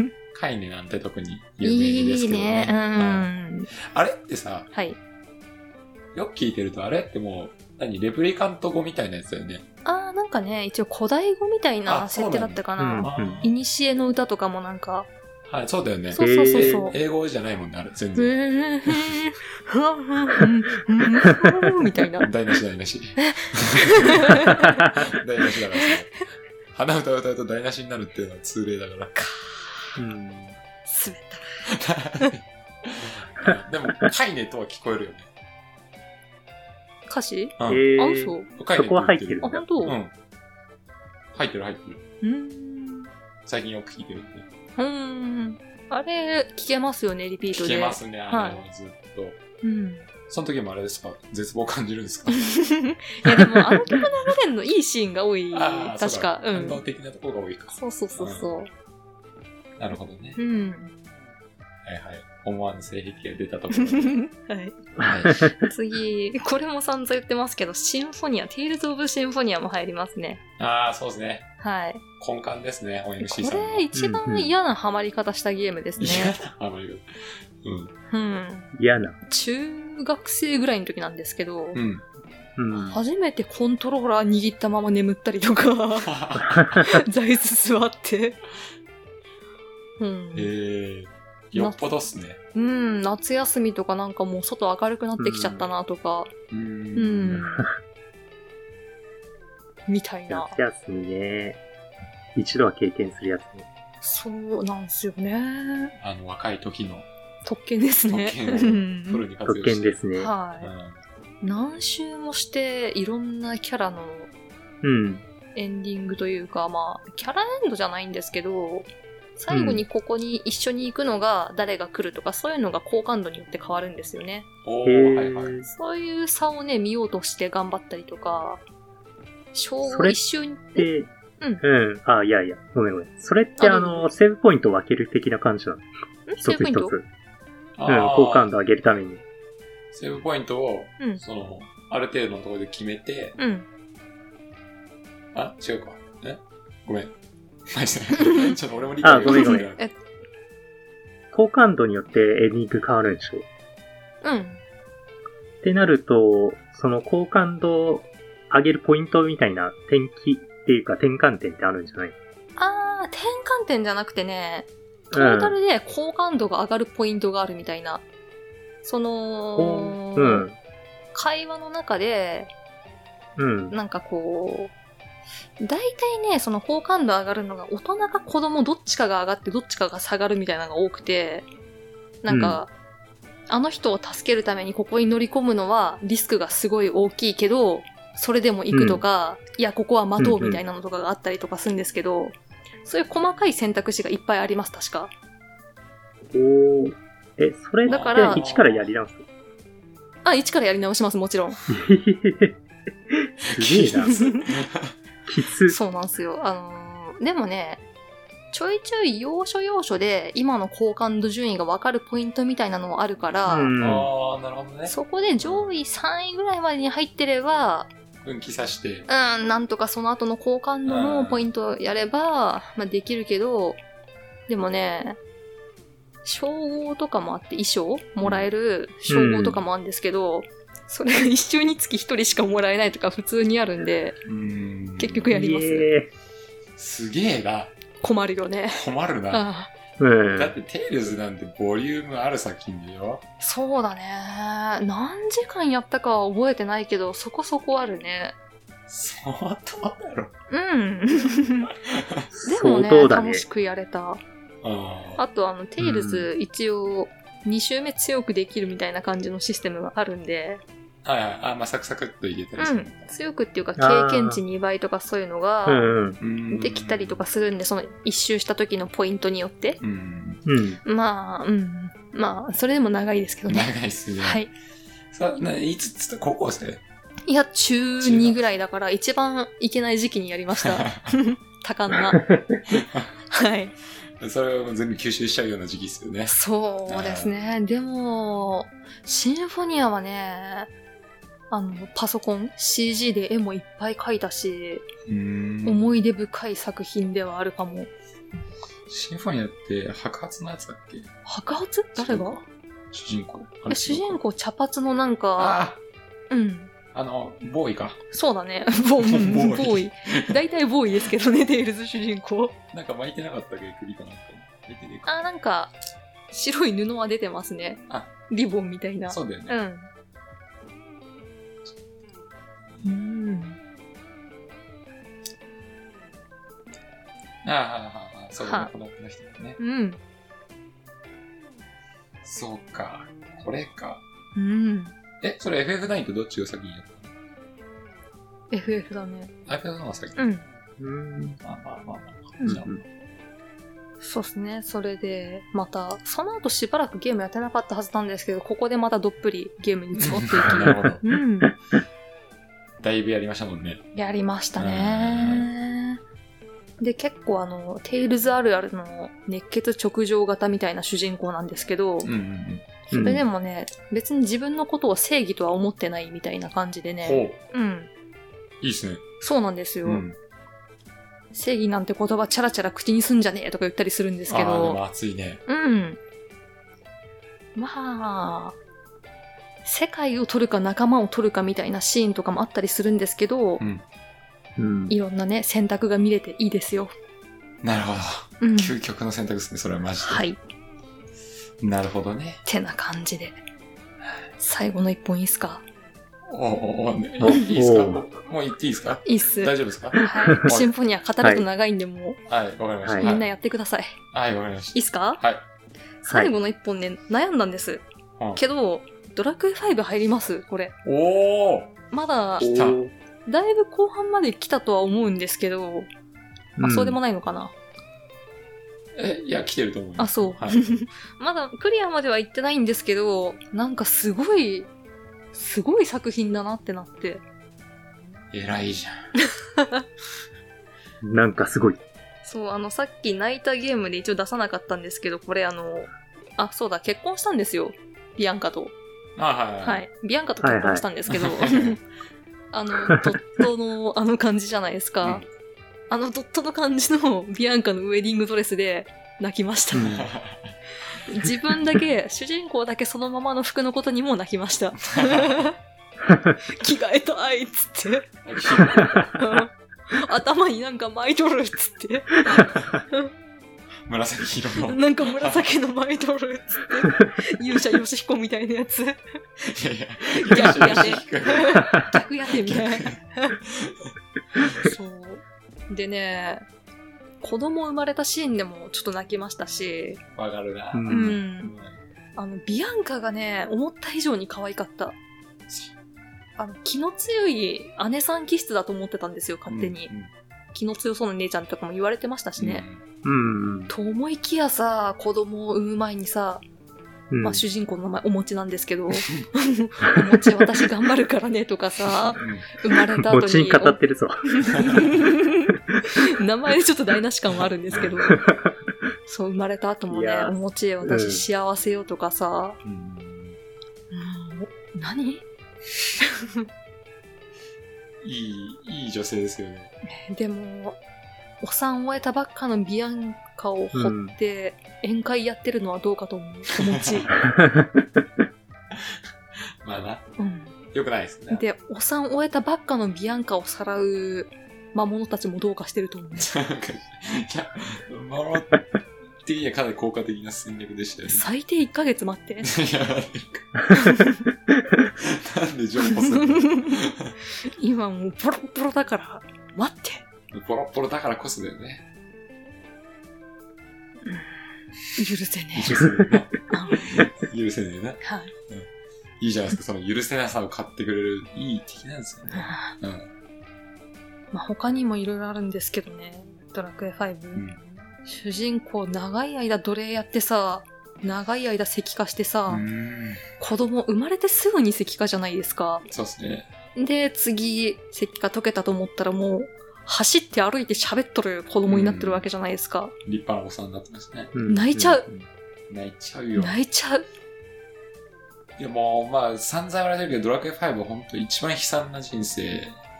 Speaker 2: ん。カイネなんて特に有
Speaker 1: い
Speaker 2: 名です
Speaker 1: い
Speaker 2: けどね
Speaker 1: ね。う
Speaker 2: はい
Speaker 1: ん
Speaker 2: あれってさ、
Speaker 1: はい
Speaker 2: よく聞いてると、あれってもう、何、レプリカント語みたいなやつだよね。
Speaker 1: あーなんかね一応古代語みたいな
Speaker 2: あそう
Speaker 1: 設
Speaker 2: な
Speaker 1: 定
Speaker 2: んだ
Speaker 1: だったか
Speaker 3: うん
Speaker 1: な
Speaker 2: あー
Speaker 1: 古の歌とかもなんか
Speaker 2: はい、そうだよね。
Speaker 1: そうそうそうそう、
Speaker 2: 英語じゃないもんね、あれ、全然。
Speaker 1: みたいな。
Speaker 2: 台無し台無し。 台無しだからさ。鼻歌歌うと台無しになるっていうのは通例だから。
Speaker 3: うん
Speaker 1: 滑っ
Speaker 2: でも、カイネとは聞こえるよね。
Speaker 1: た。歌詞
Speaker 2: う
Speaker 3: え
Speaker 2: ん。
Speaker 1: あ、
Speaker 3: ー、
Speaker 1: 嘘
Speaker 2: カイネ
Speaker 3: そこは入ってる
Speaker 1: あ、本当
Speaker 2: う。
Speaker 1: うん
Speaker 2: 入ってる入ってる。
Speaker 1: ーん。
Speaker 2: 最近よく聞いてるって。
Speaker 1: うーん。あれ、聞けますよね、リピート
Speaker 2: 聞
Speaker 1: で。
Speaker 2: けますね、あの、
Speaker 1: は
Speaker 2: ずっと。
Speaker 1: うん。
Speaker 2: その時もあれですか絶望感じるんですか
Speaker 1: いや、でも、あの曲流れんのいいシーンが多い
Speaker 2: ああ、。
Speaker 1: 確か。う
Speaker 2: そうだ感動
Speaker 1: ん。
Speaker 2: 的なところが多いか。
Speaker 1: そうそうそうそ
Speaker 2: なるほどね
Speaker 1: う。。うん。
Speaker 2: はいはい。思わぬ性癖が出たとこ ろ。
Speaker 1: はい。
Speaker 2: はい。
Speaker 1: 次、これも散々言ってますけど、シンフォニア、テイルズ・オブ・シンフォニアも入りますね。
Speaker 2: ああ、そうですね。
Speaker 1: はい。
Speaker 2: 根幹ですね、OMC
Speaker 1: こ
Speaker 2: さんの。
Speaker 1: れ、一番嫌なハマり方したゲームですね。
Speaker 2: 嫌なハマり方。
Speaker 1: うん。
Speaker 3: 嫌な。
Speaker 1: 中学生ぐらいの時なんですけど、
Speaker 2: うん。 うん。
Speaker 3: うん。
Speaker 1: 初めてコントローラー握ったまま眠ったりとか、 座椅子座って。うん、
Speaker 2: ええよっぽどっすね。
Speaker 1: うん、夏休みとかなんかもう外明るくなってきちゃったなとか、
Speaker 2: う
Speaker 1: うん、
Speaker 2: ん。
Speaker 1: みたいな。
Speaker 3: 夏休みね。一度は経験するやつね。
Speaker 1: そうなんですよね。
Speaker 2: あの、若い時の
Speaker 1: 特権ですね。
Speaker 2: 特権を
Speaker 1: うん
Speaker 2: フルに活
Speaker 3: 特
Speaker 2: 用して。
Speaker 3: 権ですね。
Speaker 2: う
Speaker 1: は
Speaker 2: ん。
Speaker 1: い。何周もして、いろんなキャラの
Speaker 3: うん。
Speaker 1: エンディングというか、まあ、キャラエンドじゃないんですけど、最後にここに一緒に行くのが誰が来るとか、そういうのが好感度によって変わるんですよね。
Speaker 2: お
Speaker 3: へ
Speaker 2: ー、
Speaker 3: ー
Speaker 2: はいはい。
Speaker 1: そういう差をね、見ようとして頑張ったりとか、称
Speaker 3: そ
Speaker 1: 号
Speaker 3: れ
Speaker 1: 一周に、
Speaker 3: で、うん。あ、いやいや、ごめんごめん。それって
Speaker 1: あ
Speaker 3: あ
Speaker 1: どう
Speaker 3: の、セーブポイント分ける的な感じなの。
Speaker 1: んセ
Speaker 3: 一
Speaker 1: ー
Speaker 3: つ
Speaker 1: ブポイン
Speaker 3: 一
Speaker 1: ト
Speaker 3: つ。うん、
Speaker 2: あー
Speaker 3: 好感度上げるために。
Speaker 2: セーブポイントを、
Speaker 1: うん。
Speaker 2: その、ある程度のところで決めて、
Speaker 1: うん。
Speaker 2: あ、違うか。え ごめん。マジでちょっと俺も理解
Speaker 3: あごめんごめん
Speaker 2: がついてない
Speaker 1: え
Speaker 3: 好感度によってエンディング変わるんでしょ
Speaker 1: うん。
Speaker 3: ってなると、その好感度上げるポイントみたいな転機っていうか転換点ってあるんじゃない
Speaker 1: あー、転換点じゃなくてね、ト
Speaker 3: う
Speaker 1: ータ
Speaker 3: ん。
Speaker 1: ルで好感度が上がるポイントがあるみたいな。その、
Speaker 3: うん。
Speaker 1: 会話の中で、
Speaker 3: うん。
Speaker 1: なんかこう、大体ね、その好感度上がるのが大人か子供どっちかが上がってどっちかが下がるみたいなのが多くて、なんか、あの人を助けるためにここに乗り込むのはリスクがすごい大きいけど、それでも行くとか、いや、ここは待とうみたいなのとかがあったりとかするんですけど、そういう細かい選択肢がいっぱいあります、確か。
Speaker 3: おーえ、それって
Speaker 1: だから
Speaker 3: 一からやり直す。
Speaker 1: あ、一からやり直します、もちろん。
Speaker 3: すげえな。きつ。
Speaker 1: そうなんですよ。あのーでもね、ちょいちょい要所要所で今の好感度順位が分かるポイントみたいなのもあるから、
Speaker 3: うん。
Speaker 2: あー、なるほどね。
Speaker 1: そこで上位3位ぐらいまでに入ってれば、
Speaker 2: 分岐さして。
Speaker 1: うん、なんとかその後の好感度のポイントをやれば、まあできるけど、でもね、称号とかもあって衣装もらえる称号とかもあるんですけど、それが一周につき一人しかもらえないとか普通にあるんで、
Speaker 2: うん
Speaker 1: 結局やります
Speaker 3: いえ
Speaker 2: すげえな。
Speaker 1: 困るよね。
Speaker 2: 困るな。
Speaker 1: ああ
Speaker 3: うん。
Speaker 2: だって、テイルズなんてボリュームある作品でよ。
Speaker 1: そうだね。何時間やったかは覚えてないけど、そこそこあるね。
Speaker 2: 相当だろ。
Speaker 1: うん。 でも
Speaker 3: 相
Speaker 1: ね
Speaker 3: 当だね
Speaker 1: 楽。しくやれた。
Speaker 2: あ
Speaker 1: あと、あの、テイルズ、一応、2周目強くできるみたいな感じのシステムがあるんで、
Speaker 2: あ。はいはい。あ、まあ、サクサクっといけた
Speaker 1: う
Speaker 2: りする
Speaker 1: ん
Speaker 2: んだ。
Speaker 1: 強くっていうか、
Speaker 3: あ
Speaker 1: 経
Speaker 3: ー
Speaker 1: 験値2倍とかそういうの
Speaker 3: う
Speaker 1: が、
Speaker 3: んうん。
Speaker 2: うん
Speaker 1: できたりとか。するんで、その1周した時のポイントによって。
Speaker 2: うん。
Speaker 3: うん。
Speaker 1: まあ、うん。まあ、それでも長いですけどね。
Speaker 2: 長いっすね。
Speaker 1: はい。
Speaker 2: さ、な、いつつった高校生
Speaker 1: いや、中2ぐらいだから、一番いけない時期にやりました。 多感な。はい。
Speaker 2: それを全部吸収しちゃうような時期っすよね。
Speaker 1: そうですね。でも、シンフォニアはね、あの、パソコン、CG で絵もいっぱい描いたし、
Speaker 2: うん。
Speaker 1: 思い出深い作品ではあるかも。
Speaker 2: シンフォニアって白髪のやつだっけ
Speaker 1: 白髪誰が
Speaker 2: 主人公。あ
Speaker 1: え
Speaker 2: れ
Speaker 1: 主人公茶髪のなんか、
Speaker 2: あ
Speaker 1: うん。
Speaker 2: あ、あの、ボーイか。
Speaker 1: そうだね。 ボー
Speaker 2: ボーイ
Speaker 1: イ。ボーイ。大体ボーイですけどね、テイルズ主人公。
Speaker 2: なんか巻いてなかったっけ首かなんか。巻いてねえか
Speaker 1: あ、なんか、白い布は出てますね。
Speaker 2: あ
Speaker 1: リボンみたいな。
Speaker 2: そうだよね。
Speaker 1: うん。うん。
Speaker 2: ああああ、ああそうだ
Speaker 1: は
Speaker 2: ね。このこの人だね。
Speaker 1: うん。
Speaker 2: そうか。これか。
Speaker 1: うん。
Speaker 2: え、それ FF9 とどっちが先にやった
Speaker 1: FF だね。
Speaker 2: の ?iPad の方が先。
Speaker 1: うん。
Speaker 3: うん。
Speaker 2: まあまあまあまあ。
Speaker 1: うん
Speaker 2: じゃあ
Speaker 1: そうですね。それで、また、その後しばらくゲームやってなかったはずなんですけど、ここでまたどっぷりゲームに使っていき、
Speaker 2: なるほど。
Speaker 1: うん。
Speaker 2: だいぶやりましたもんね。
Speaker 1: やりましたね。で、結構あの、テイルズあるあるの熱血直上型みたいな主人公なんですけど、
Speaker 2: うんうんうん。
Speaker 3: そ
Speaker 1: それでもね、別に自分のことを正義とは思ってないみたいな感じでね、
Speaker 2: ほ
Speaker 1: うん。
Speaker 2: う。いいっすね。
Speaker 1: そうなんですよ。
Speaker 2: うん。
Speaker 1: 正義なんて言葉チャラチャラ口にすんじゃねえとか言ったりするんです
Speaker 2: あ
Speaker 1: け
Speaker 2: あー、で
Speaker 1: ど、
Speaker 2: も熱いね。
Speaker 1: うん。まあ、世界を取るか仲間を取るかみたいなシーンとかもあったりするんですけど、
Speaker 2: うん。
Speaker 3: うん。
Speaker 1: いろんなね、選択が見れていいですよ。
Speaker 2: なるほど。
Speaker 1: うん。
Speaker 2: 究極の選択ですね、それはマジで。
Speaker 1: はい。
Speaker 2: なるほどね。
Speaker 1: てな感じで。最後の一本いいっすか
Speaker 2: おおおねいいですか
Speaker 3: お
Speaker 2: もう言っていいですか
Speaker 1: いいっす。
Speaker 2: 大丈夫ですか
Speaker 1: はいい。シンフォニア語ると長いんで、も
Speaker 2: はい、わかりました。
Speaker 3: は
Speaker 1: う、
Speaker 3: い
Speaker 1: みんなやってください。
Speaker 2: はい、わかりまし
Speaker 1: いいっすか
Speaker 2: た。はい。
Speaker 1: 最後の一本ね、悩んだんです
Speaker 2: うん。
Speaker 1: けど、ドラクエ5入りますこれ。
Speaker 2: おお
Speaker 1: まだ、
Speaker 2: 来た
Speaker 3: おー
Speaker 1: だいぶ後半まで来たとは思うんですけど、あ、そうでもないのかな。
Speaker 2: え、いや、来てると思い
Speaker 1: あ、
Speaker 2: ます。
Speaker 1: そう。
Speaker 2: はい
Speaker 1: まだクリアまでは行ってないんですけど、なんかすごい、すごい作品だなってなって。
Speaker 2: 偉いじゃん。
Speaker 3: なんかすごい。
Speaker 1: そう、あの、さっき泣いたゲームで一応出さなかったんですけど、これあの、あ、そうだ、結婚したんですよ。ビアンカと。
Speaker 2: あはい。
Speaker 1: はい。ビアンカと結婚したんですけど、あの、ドットのあの感じじゃないです
Speaker 2: う
Speaker 1: か
Speaker 2: ん。
Speaker 1: あのドットの感じのビアンカのウェディングドレスで泣きました。 自分だけ、主人公だけそのままの服のことにも泣きました。着替えたいっつって。うん頭になんか巻いとるっつって。
Speaker 2: 紫色の。い
Speaker 1: なんか紫の巻いとるっつって。勇者ヨシヒコみたいなやつ。
Speaker 2: やいや、
Speaker 1: 逆やで。逆やでみたいな。
Speaker 2: 逆
Speaker 1: そう。でね、子供生まれたシーンでもちょっと泣きましたし、
Speaker 2: わかるな
Speaker 3: う。
Speaker 1: うんん。あの、ビアンカがね、思った以上に可愛かった。あの、気の強い姉さん気質だと思ってたんですよ、勝手に。
Speaker 2: うん。
Speaker 1: 気の強そうな姉ちゃんとかも言われてましたしね。
Speaker 3: うん。
Speaker 1: と思いきやさ、子供を産む前にさ、
Speaker 3: うん
Speaker 1: まあ主人公の名前お餅なんですけ ど、お餅私頑張るからねとかさ、生まれた
Speaker 3: も
Speaker 1: 後
Speaker 3: ちに
Speaker 1: に。
Speaker 3: 語ってるぞ。
Speaker 1: 名前でちょっと台無し感はあるん ですけど、そう、生まれた後も
Speaker 3: い
Speaker 1: ね、
Speaker 3: や
Speaker 1: お餅へ
Speaker 3: う
Speaker 1: 私
Speaker 3: ん
Speaker 1: 幸せよとかさ、
Speaker 2: うんうん
Speaker 1: うんお何
Speaker 2: いい、いい女性ですよね。
Speaker 1: でも、お産を終えたばっかのビアンカを掘って、宴会やってるのはどうかと思う、お餅。
Speaker 2: まあな、
Speaker 1: うん
Speaker 2: よくないですね。
Speaker 1: で、お産を終えたばっかのビアンカをさらう魔物たちもどうかしてると思う。
Speaker 2: なんかいや、守ってにはかなり効果的な戦略でしたよね。
Speaker 1: 最低1ヶ月待って。
Speaker 2: いや、なんで情報するの
Speaker 1: 今もうボロボロだから、待って。
Speaker 2: ボロッボロだからこそだよね。
Speaker 1: 許せね
Speaker 2: 許せねえな。
Speaker 1: え。
Speaker 2: 許せねえな。
Speaker 1: はい。
Speaker 2: いいじゃないですか。その許せなさを買ってくれる、いい敵なんですよね。うん
Speaker 1: まあ、他にもいろいろあるんですけどね。ドラクエ5。
Speaker 2: ん
Speaker 1: 主人公長い間奴隷やってさ、長い間石化して
Speaker 2: う
Speaker 1: さ、
Speaker 2: ん。
Speaker 1: 子供生まれてすぐに石化じゃないですか。
Speaker 2: そうですね。
Speaker 1: で、次、石化解けたと思ったらもう、走って歩いて喋っとる子供になってるわけじゃないですか。
Speaker 2: 立派なおっさんになってますね。
Speaker 1: 泣いちゃう。
Speaker 2: うん泣いちゃうよ。
Speaker 1: 泣いちゃう。
Speaker 2: いやもう、まあ、散々言われてるけど、ドラクエ5は本当一番悲惨な人生。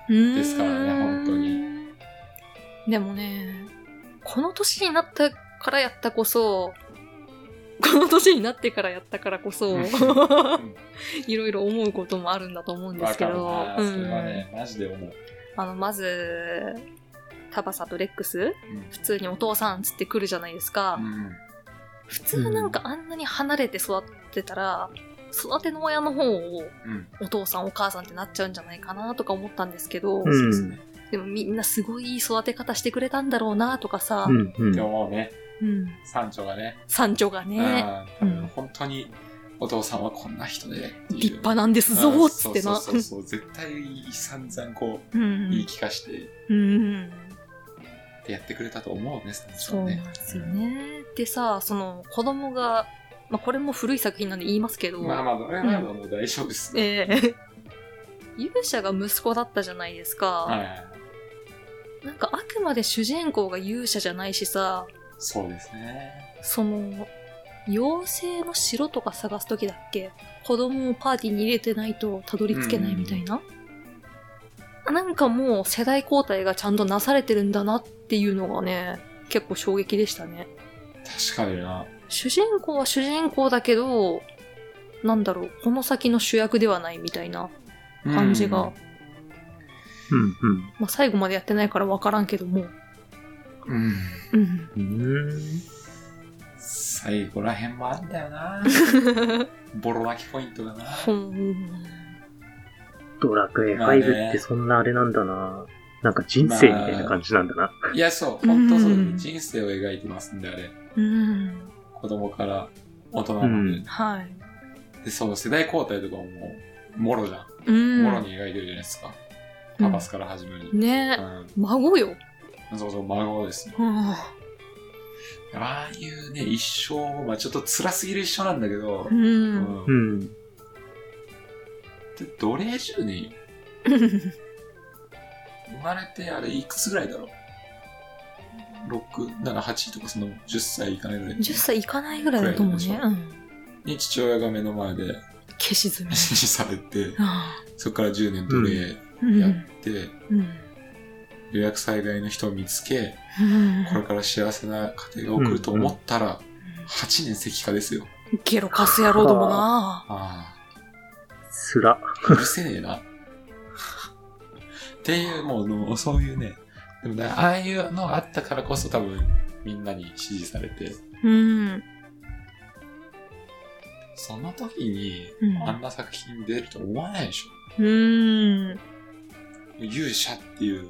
Speaker 1: です
Speaker 2: からね本当
Speaker 1: に。でもね、この年になったからやったこそ、この年になってからやったからこそ
Speaker 2: うん、
Speaker 1: いろいろ思うこともあるんだと思うんで
Speaker 2: わ
Speaker 1: すけ
Speaker 2: かる
Speaker 1: ど、
Speaker 2: な。
Speaker 1: う
Speaker 2: それは
Speaker 1: ん、
Speaker 2: ね、マジで思う。
Speaker 1: あの、まず、タバサとレックス、
Speaker 2: うん
Speaker 1: 普通にお父さんっつって来るじゃないですか。
Speaker 2: うん
Speaker 1: 普通なんかあんなに離れて育ってたら、育ての親の方を
Speaker 2: うん。
Speaker 1: お父さんお母さんってなっちゃうんじゃないかなとか思ったんですけど、
Speaker 3: うん
Speaker 2: そうですね。
Speaker 1: でもみんなすごいいい育て方してくれたんだろうなとかさ、
Speaker 3: うんうん
Speaker 2: でももうね、
Speaker 1: うん、
Speaker 2: 山頂がね、
Speaker 1: 三女がね、
Speaker 2: あー多分
Speaker 1: うん
Speaker 2: 本当にお父さんはこんな人でっていう
Speaker 1: 立派なんですぞ
Speaker 2: あー
Speaker 1: っつってな。
Speaker 2: そうそうそうそう絶対散々こ
Speaker 1: う
Speaker 2: うん言い聞かして
Speaker 1: うん、
Speaker 2: ってやってくれたと思うんですね
Speaker 1: そう
Speaker 2: ね
Speaker 1: なんですよね。でさ、その子供が、まあ、これも古い作品なんで言いますけど、
Speaker 2: まあまあドラえもんはもう大丈夫です、
Speaker 1: ええ勇者が息子だったじゃないですか。
Speaker 2: はいはいはい
Speaker 1: なんかあくまで主人公が勇者じゃないしさ、
Speaker 2: そうですね
Speaker 1: その、妖精の城とか探すときだっけ子供をパーティーに入れてないとたどり着けないみたいな、なんかもう世代交代がちゃんとなされてるんだなっていうのがね、結構衝撃でしたね。
Speaker 2: 確かにな
Speaker 1: 主人公は主人公だけど、なんだろう、この先の主役ではないみたいな感じが。
Speaker 3: うん
Speaker 1: まあ最後までやってないからわからんけども。
Speaker 2: うん、うん
Speaker 1: うん。
Speaker 3: うん。う
Speaker 2: 最後らへんもあんだよなボロ泣きポイントだな
Speaker 1: ほん。
Speaker 3: ドラクエ
Speaker 2: まあね
Speaker 3: 5ってそんなあれなんだな。なんか人生みたいな感じなんだな。
Speaker 2: いやそう本当そう、
Speaker 1: うん
Speaker 2: 人生を描いてますんであれ
Speaker 1: うん。
Speaker 2: 子供から大人まで、
Speaker 3: うん
Speaker 1: はい。
Speaker 2: でその世代交代とかももうもろじゃん
Speaker 1: うん。
Speaker 2: もろに描いてるじゃないですか。パパスから始まり。
Speaker 1: ねえ
Speaker 2: う
Speaker 1: 孫よ。
Speaker 2: ん。そうそう、孫ですよ。
Speaker 1: うん
Speaker 2: ああいうね、一生も、まあちょっと辛すぎる一生なんだけど、
Speaker 1: う。
Speaker 2: うんん
Speaker 3: うん。
Speaker 2: で奴隷10年よ。生まれて、あれ、いくつぐらいだろう ?6、7、8とか、その10歳いかないぐらい
Speaker 1: 10歳いかないぐらいだと思うね。うん。
Speaker 2: に父親が目の前で
Speaker 1: 消し 済み。
Speaker 2: 死にされて、
Speaker 1: ああ
Speaker 2: そこから10年奴隷
Speaker 1: うん。
Speaker 2: や
Speaker 1: うん
Speaker 2: って、予約災害の人を見つけ、
Speaker 1: うん
Speaker 2: これから幸せな家庭を送ると思ったら、8年石化ですよ。
Speaker 1: ゲロカス野郎どもな。
Speaker 2: あ
Speaker 3: つら。
Speaker 2: あ、うるせねえな。っていう、もうあの、そういうね、でもね、ああいうのがあったからこそ多分、みんなに支持されて、
Speaker 1: うん。
Speaker 2: その時に、
Speaker 1: うん
Speaker 2: あんな作品出ると思わないでし
Speaker 1: う
Speaker 2: ょ。
Speaker 1: ん。
Speaker 2: 勇者っていう、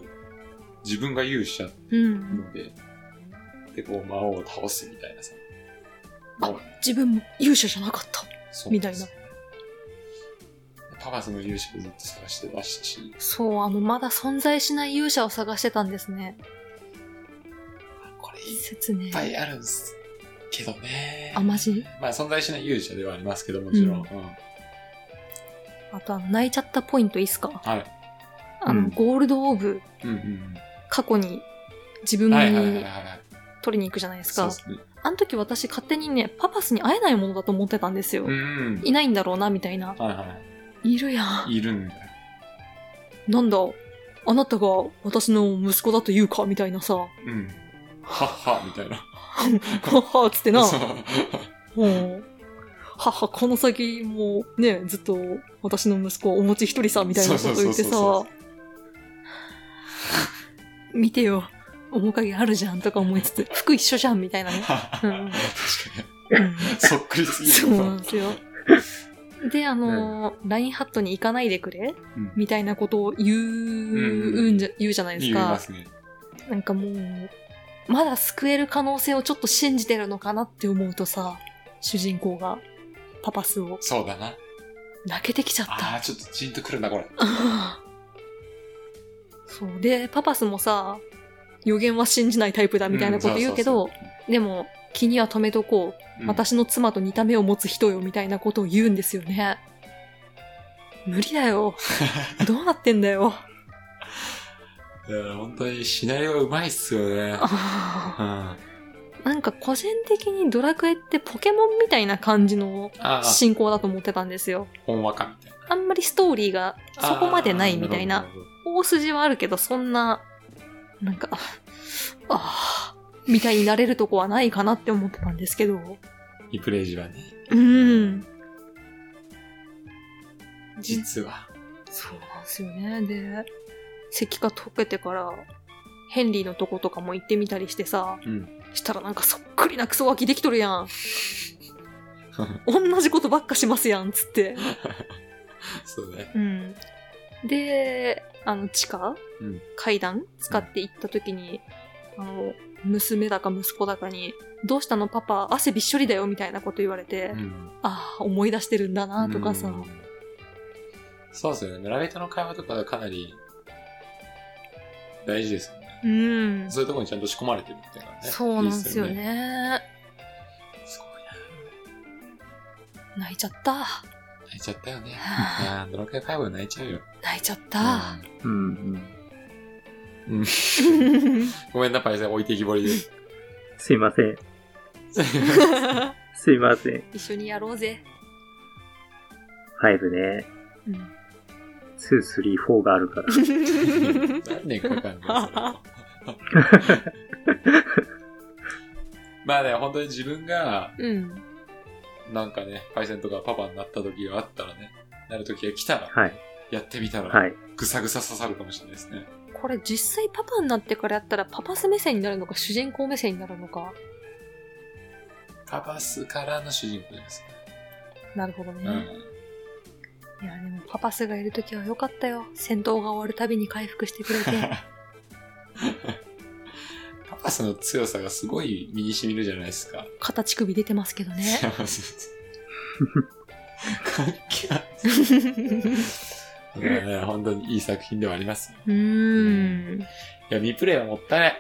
Speaker 2: 自分が勇者
Speaker 1: うん。
Speaker 2: ので、で、こう、魔王を倒すみたいなさ。
Speaker 1: あ自分も勇者じゃなかった。
Speaker 2: そう
Speaker 1: みたいな。
Speaker 2: パパその勇者をずっと探してましたし、
Speaker 1: そう、あの、まだ存在しない勇者を探してたんですね。
Speaker 2: これいっ
Speaker 1: 説明。
Speaker 2: ぱいあるんですけどね。
Speaker 1: あ、マジ
Speaker 2: まあ存在しない勇者ではありますけど、もちろ
Speaker 1: うん
Speaker 2: ん。うん
Speaker 1: あと、あの、泣いちゃったポイントいいっすか
Speaker 2: はい。
Speaker 1: あの、
Speaker 3: うん
Speaker 1: ゴールドオーブ、
Speaker 2: うんうん
Speaker 1: 過去に自分
Speaker 2: うん。
Speaker 1: に
Speaker 2: はいはいはいはい。
Speaker 1: 取りに行くじゃないです
Speaker 2: そう
Speaker 1: か
Speaker 2: で。すね。
Speaker 1: あの時私勝手にね、パパスに会えないものだと思ってたんですよ
Speaker 2: う。ん。
Speaker 1: いないんだろうな、みたいな。
Speaker 2: はいはい
Speaker 1: るやん。
Speaker 2: い。いるんだよ。
Speaker 1: なんだ、あなたが私の息子だと言うか、みたいなさ。は
Speaker 2: うん。はっは、みたいな。
Speaker 1: っは、つってな。
Speaker 2: そう
Speaker 1: うんはっは、この先もうね、ずっと私の息子お持ち一人さ、みたいなこと言って
Speaker 2: そうそうそう
Speaker 1: さ、見てよ、面影あるじゃんとか思いつつ、服一緒じゃんみたいな ね。
Speaker 2: 確
Speaker 1: う
Speaker 2: か
Speaker 1: ん
Speaker 2: に。
Speaker 1: うん
Speaker 2: そっくりす
Speaker 1: そ
Speaker 2: ぎ
Speaker 1: う
Speaker 2: る。
Speaker 1: なん ですよ。で、あのーラインハットに行かないでくれ
Speaker 2: うん
Speaker 1: みたいなことを言うんじゃ、言うじゃないです
Speaker 2: 言いま
Speaker 1: か。
Speaker 2: すね。
Speaker 1: なんかもう、まだ救える可能性をちょっと信じてるのかなって思うとさ、主人公がパパスを
Speaker 2: そうだな。
Speaker 1: 泣けてきちゃった。
Speaker 2: ああ、ちょっとジーンとくるな、これ。
Speaker 1: そう。で、パパスもさ、予言は信じないタイプだみたいなこと言うけど、
Speaker 2: ん、そうそう
Speaker 1: でも、気には留めとこう。
Speaker 2: そううん
Speaker 1: 私の妻と似た目を持つ人よみたいなことを言うんですよね。無理だ よ。どうなってんだよ。
Speaker 2: いや、本当にシナリオうまいっすよね。
Speaker 1: あ
Speaker 2: うん。あ
Speaker 1: ーなんか個人的にドラクエってポケモンみたいな感じの
Speaker 2: あ、
Speaker 1: 進行だと思ってたんですよ。
Speaker 2: ほんわかみたい
Speaker 1: あんまりストーリーが
Speaker 2: な。
Speaker 1: そこまでないみたい
Speaker 2: あー
Speaker 1: な。
Speaker 2: るほどる
Speaker 1: 大筋はあるけど、そんな、なんか、ああ、みたいになれるとこはないかなって思ってたんですけど。
Speaker 2: ほどリプレイ時はね、
Speaker 1: うん。実
Speaker 2: 実は。
Speaker 1: そうなんですよね。で、石化溶けてから、ヘンリーのとことかも行ってみたりしてさ、
Speaker 2: うん。
Speaker 1: したらなんかそっくりなクソガキできとるやん。同じことばっかしますやん、つって。
Speaker 2: そうね。
Speaker 1: うん。で、あの、地下、
Speaker 2: うん
Speaker 1: 階段使って行った時に、あの、娘だか息子だかに、どうしたのパパ、汗びっしょりだよ、みたいなこと言われて、
Speaker 2: うん。
Speaker 1: ああ、思い出してるんだな、とかさ。
Speaker 2: うんそうですよね。村人の会話とかかなり大事ですよね。
Speaker 1: うん。
Speaker 2: そういうところにちゃんと仕込まれてるっていうのはね。
Speaker 1: そうなんですよ
Speaker 2: いいっ
Speaker 1: ね。
Speaker 2: すよね。
Speaker 1: 泣いちゃった。
Speaker 2: 泣いちゃったよね。
Speaker 1: はい
Speaker 2: やードラクエ5は泣いちゃうよ。
Speaker 1: 泣いちゃった。
Speaker 2: うん
Speaker 3: うん。
Speaker 2: ごめんな、パイセン。置いてきぼりで。
Speaker 3: すいません。すいません。
Speaker 1: 一緒にやろうぜ。
Speaker 3: 5ね、
Speaker 1: うん、
Speaker 3: 2、3、4があるから。
Speaker 2: 何年かかん のそれまあね、本当に自分が、
Speaker 1: うん、
Speaker 2: なんかね、パイセンとかパパになった時があったらね、なる時が来たら、
Speaker 3: はい。
Speaker 2: やってみたら、
Speaker 3: はい。
Speaker 2: ぐさぐさ刺さるかもしれないですね。
Speaker 1: これ実際パパになってからやったらパパス目線になるのか主人公目線になるのか。
Speaker 2: パパスからの主人公 です。
Speaker 1: なるほどね。
Speaker 2: うん。
Speaker 1: いや、でもパパスがいるときは良かったよ。戦闘が終わるたびに回復してくれて。
Speaker 2: パパスの強さがすごい身に染みるじゃないですか。
Speaker 1: 肩乳首出てますけど ね。
Speaker 2: そうそうそうかっけえいやね本当にいい作品ではありますよ。
Speaker 1: うーん。
Speaker 2: いや、リプレイはもったいない。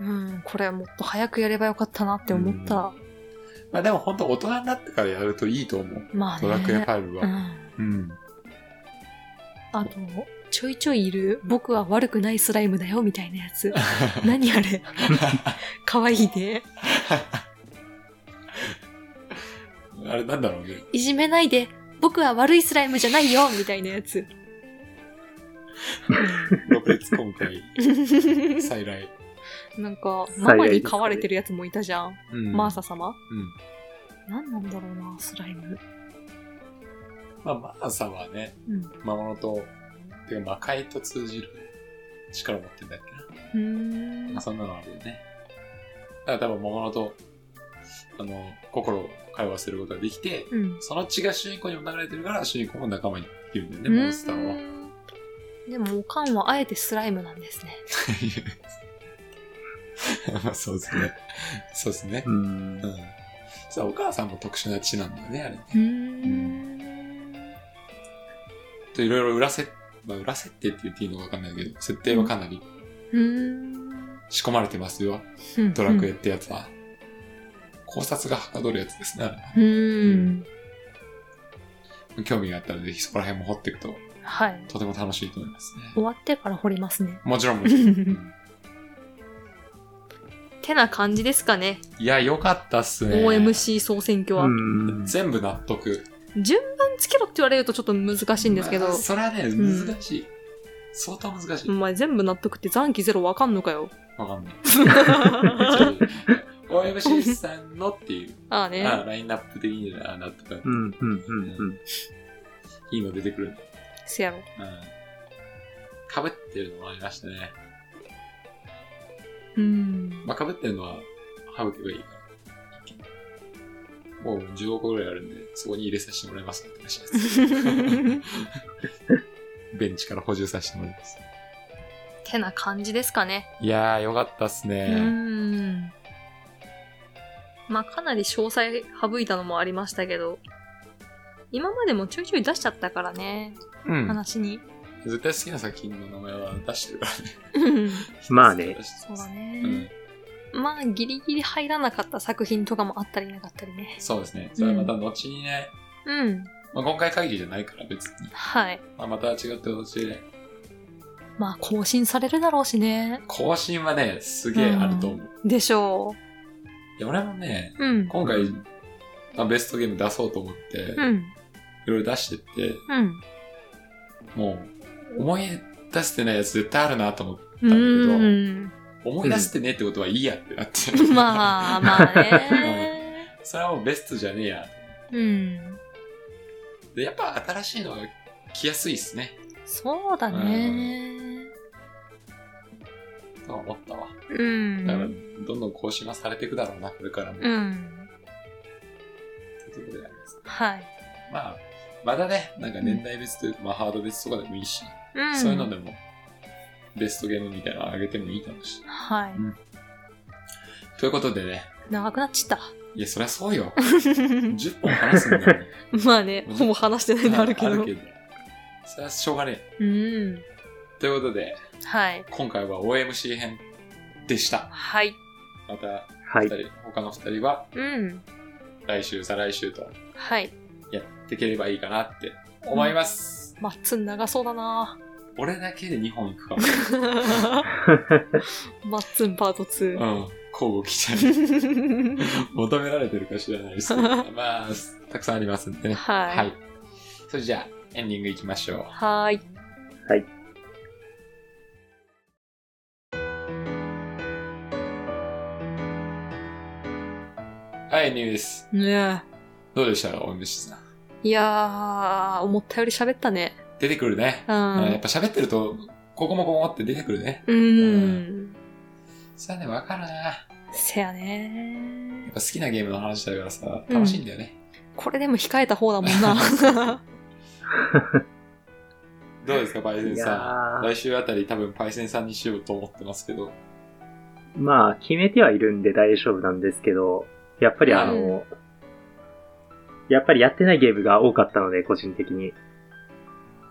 Speaker 1: ううん、これもっと早くやればよかったなって思った。
Speaker 2: まあでも本当大人になってからやるといいと思う。
Speaker 1: まあね。
Speaker 2: ドラクエファイブ
Speaker 1: う
Speaker 2: は。
Speaker 1: ん。
Speaker 2: うん。
Speaker 1: あと、ちょいちょいいる、僕は悪くないスライムだよ、みたいなや つ。何あれ可愛いね。
Speaker 2: あれなんだろうね。
Speaker 1: いじめないで、僕は悪いスライムじゃないよ、みたいなや つ。
Speaker 2: ロペツ今回、再来。
Speaker 1: なんか、
Speaker 3: 最
Speaker 1: マ
Speaker 3: 愛
Speaker 1: マに飼われてるやつもいたじゃん。
Speaker 2: うん
Speaker 1: マーサ様。
Speaker 2: うん。
Speaker 1: 何なんだろうな、スライム。
Speaker 2: まあ、マーサはね、
Speaker 1: うん。
Speaker 2: 魔物と、てか魔界と通じる力を持ってるんだっけな。
Speaker 1: うーん
Speaker 2: まあ、。そんなのあるよね。だから多分魔物と、あの、心を会話することができて、
Speaker 1: うん。
Speaker 2: その血が主人公にも流れてるから、主人公も仲間にいるんだよね、
Speaker 1: うーん
Speaker 2: モンスターは。
Speaker 1: でも、おかんはあえてスライムなんですね。
Speaker 2: まあそうですね。そうですね
Speaker 3: う。ん
Speaker 2: う。ん。さあ、お母さんも特殊な血なんだよね、あれね。
Speaker 1: うーん。
Speaker 2: といろいろ裏せ、まあ、裏設定って言っていいのかわかんないけど、設定はかなり
Speaker 1: うー
Speaker 2: 仕込まれてますよ。
Speaker 1: ん。
Speaker 2: ドラクエってやつは。考察がはかどるやつですね。あれは
Speaker 1: うん。うん。
Speaker 2: 興味があったらぜひそこら辺も掘っていくと、
Speaker 1: はい。
Speaker 2: とても楽しいと思いますね。
Speaker 1: 終わってから掘りますね。
Speaker 2: もちろん もちろん。うん
Speaker 1: てな感じですかね。
Speaker 2: いや、よかったっすね。
Speaker 1: OMC 総選挙は。
Speaker 3: うん
Speaker 2: 全部納得。
Speaker 1: 順番つけろって言われるとちょっと難しいんですけど
Speaker 2: まあ、それはね、
Speaker 1: ん
Speaker 2: 難しい。相当難しい。
Speaker 1: お前全部納得って残機ゼロわかんのか よ。
Speaker 2: わかんない。
Speaker 1: あ
Speaker 2: OMC さんのっていう、
Speaker 1: あね。
Speaker 2: あラインナップでいいんだな、とか、
Speaker 3: うんうんうんうん。
Speaker 2: いいの出てくるね。
Speaker 1: せやろ。
Speaker 2: かぶってるのもありましたね。
Speaker 1: うん。
Speaker 2: まあ、かぶってるのは省けばいいから。もう15個ぐらいあるんで、そこに入れさせてもらいますって話です。 ベンチから補充させてもらいます。
Speaker 1: てな感じですかね。
Speaker 2: いやー、よかったっす
Speaker 1: う
Speaker 2: ね。
Speaker 1: ん。まあかなり詳細省いたのもありましたけど、今までもちょいちょい出しちゃったからね、
Speaker 2: うん。
Speaker 1: 話に。
Speaker 2: 絶対好きな作品の名前は出してるからね。
Speaker 1: うん
Speaker 3: まあね。
Speaker 1: そ
Speaker 2: そう
Speaker 1: だ。
Speaker 2: う
Speaker 1: ね
Speaker 2: ん。。
Speaker 1: まあギリギリ入らなかった作品とかもあったりなかったりね。
Speaker 2: そうですね。それはまた後にね、
Speaker 1: うん。
Speaker 2: まあ、今回会議じゃないから別に。
Speaker 1: はい。
Speaker 2: まあ、また違ってほしいね。
Speaker 1: まあ更新されるだろうしね。
Speaker 2: 更新はね、すげえあると思う。
Speaker 1: でしょ
Speaker 2: いや、俺もね、
Speaker 1: う。うん。
Speaker 2: 今回、まあ、ベストゲーム出そうと思って、
Speaker 1: うん。
Speaker 2: いろいろ出してって、
Speaker 1: うん。
Speaker 2: もう、思い出してないやつ絶対あるなと思った
Speaker 1: う
Speaker 2: んだけど、
Speaker 1: ん。
Speaker 2: 思い出してねえってことはいいやってなって。
Speaker 1: まあまあね。
Speaker 2: それはもうベストじゃねえや。
Speaker 1: うん。
Speaker 2: で、やっぱ新しいのが来やすいっすね。
Speaker 1: そうだね。
Speaker 2: と思った
Speaker 1: う
Speaker 2: わ。だから、
Speaker 1: ん。
Speaker 2: どんどん更新はされていくだろうな、これからも。と
Speaker 1: う
Speaker 2: い
Speaker 1: ん。
Speaker 2: うことであります。
Speaker 1: はい。
Speaker 2: まあ、まだね、なんか年代別というか、まあハード別とかでもいいし、
Speaker 1: うん。
Speaker 2: そういうのでも、ベストゲームみたいなのあげてもいいかもしれない。
Speaker 1: はい。
Speaker 2: ということでね、
Speaker 1: 長くなっち った。
Speaker 2: いや、そりゃそうよ。10本話すんだもん。
Speaker 1: まあね、ほぼ話 してないのあるけ
Speaker 2: あ
Speaker 1: ど。
Speaker 2: それはしょうがねえ。
Speaker 1: うん。
Speaker 2: ということで、
Speaker 1: はい。
Speaker 2: 今回は OMC 編でした。
Speaker 1: はい。
Speaker 2: また、
Speaker 3: は
Speaker 2: 二
Speaker 3: い
Speaker 2: 人、。他の二人は
Speaker 1: うん。
Speaker 2: 来週、再来週と
Speaker 1: はい。
Speaker 2: やっていければいいかなって思います。
Speaker 1: まあ、つん長そうだな。
Speaker 2: 俺だけで2本いくかも。
Speaker 1: マッツンパート2。
Speaker 2: うん。交互期待。求められてるか知らないですけど。まあ、たくさんありますんでね。
Speaker 1: はい
Speaker 2: はい。それじゃあ、エンディングいきましょう。
Speaker 1: はーい。
Speaker 2: はい、エンディングです。
Speaker 1: ね
Speaker 2: どうでしたか、おみしさん。
Speaker 1: えいやー、思ったより喋ったね。
Speaker 2: 出てくるね。
Speaker 1: う
Speaker 2: あやっ
Speaker 1: ん。
Speaker 2: ぱ喋ってると、ここもここもって出てくるね。
Speaker 1: うん。
Speaker 2: それはね、わかるな。や
Speaker 1: せや
Speaker 2: っ
Speaker 1: ね
Speaker 2: ぱ好きなゲームの話だからさ、
Speaker 1: うん
Speaker 2: 楽しいんだよね。
Speaker 1: これでも控えた方だもんな。
Speaker 2: どうですか、パイセン
Speaker 3: いや
Speaker 2: さん。
Speaker 3: ー
Speaker 2: 来週あたり多分パイセンさんにしようと思ってますけど。
Speaker 3: まあ、決めてはいるんで大丈夫なんですけど、やっぱりあ
Speaker 1: う
Speaker 3: の、やっぱりやってないゲームが多かったので、個人的に。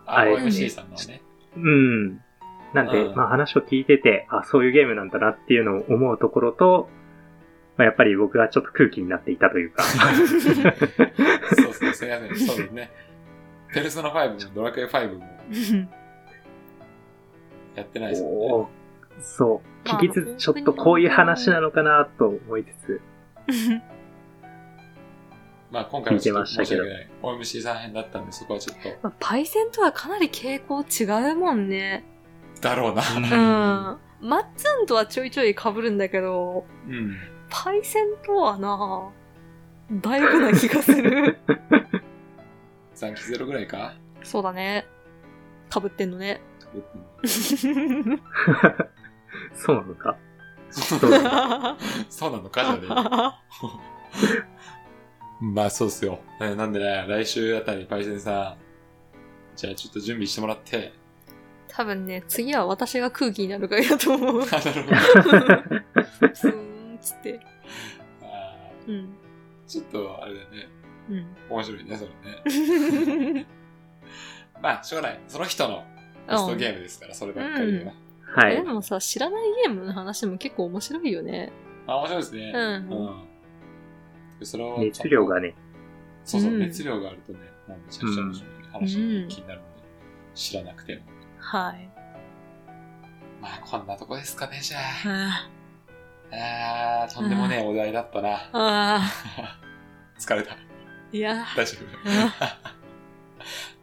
Speaker 2: あ、
Speaker 3: はい
Speaker 2: OMC さんのね。
Speaker 3: うん。なんで、
Speaker 2: うん
Speaker 3: まあ話を聞いてて、あ、そういうゲームなんだなっていうのを思うところと、まあやっぱり僕がちょっと空気になっていたというか、
Speaker 2: そう ですね、すいません。そうですね。ペルソナ5もドラクエ5もやってないですもんね。
Speaker 3: おーそう、
Speaker 1: まあ
Speaker 3: 聞きつつ、ちょっとこういう話なのかなと思いつつ、
Speaker 2: まあ今回はちょっと申し
Speaker 3: 聞
Speaker 2: 訳ない。OMC さん編だったんで、そこはちょっと、
Speaker 1: まあパイセンとはかなり傾向違うもんね。
Speaker 2: だろうな。
Speaker 1: うん。マッツンとはちょいちょい被るんだけど、
Speaker 2: うん。
Speaker 1: パイセンとはな、だいぶな気がする。
Speaker 2: 残機ゼロぐらいか
Speaker 1: そうだね。被ってんの ね。
Speaker 3: そうな のか。
Speaker 2: そう
Speaker 3: そうだ
Speaker 2: そうなのかじゃねえよまあそうっすよ。えなんでね、来週あたりパイセンさん、じゃあちょっと準備してもら って。
Speaker 1: 多分ね、次は私が空気になるからやと思 う。
Speaker 2: あなるほど
Speaker 1: スーンっつって。
Speaker 2: あ
Speaker 1: うん。
Speaker 2: ーちょっとあれだよね。
Speaker 1: うん。
Speaker 2: 面白いね、それね。まあ、しょうがない。その人のベストゲームですから、そればっかりは。
Speaker 3: は
Speaker 1: で
Speaker 3: い。
Speaker 1: もさ、知らないゲームの話も結構面白いよね。
Speaker 2: あ、面白いですね。
Speaker 1: うん
Speaker 2: でそれを
Speaker 3: 熱量がね、
Speaker 2: そうそう、
Speaker 1: うん
Speaker 2: 熱量があるとね、もうめちゃくちゃ面白いね、話が気になるので、知らなくても。
Speaker 1: はい。
Speaker 2: まあ、こんなとこですかね、じゃ
Speaker 1: あ
Speaker 2: あ。あー、とんでもねえお題だったな。
Speaker 1: あ
Speaker 2: 疲れた。
Speaker 1: ー、いや、
Speaker 2: 大丈 夫。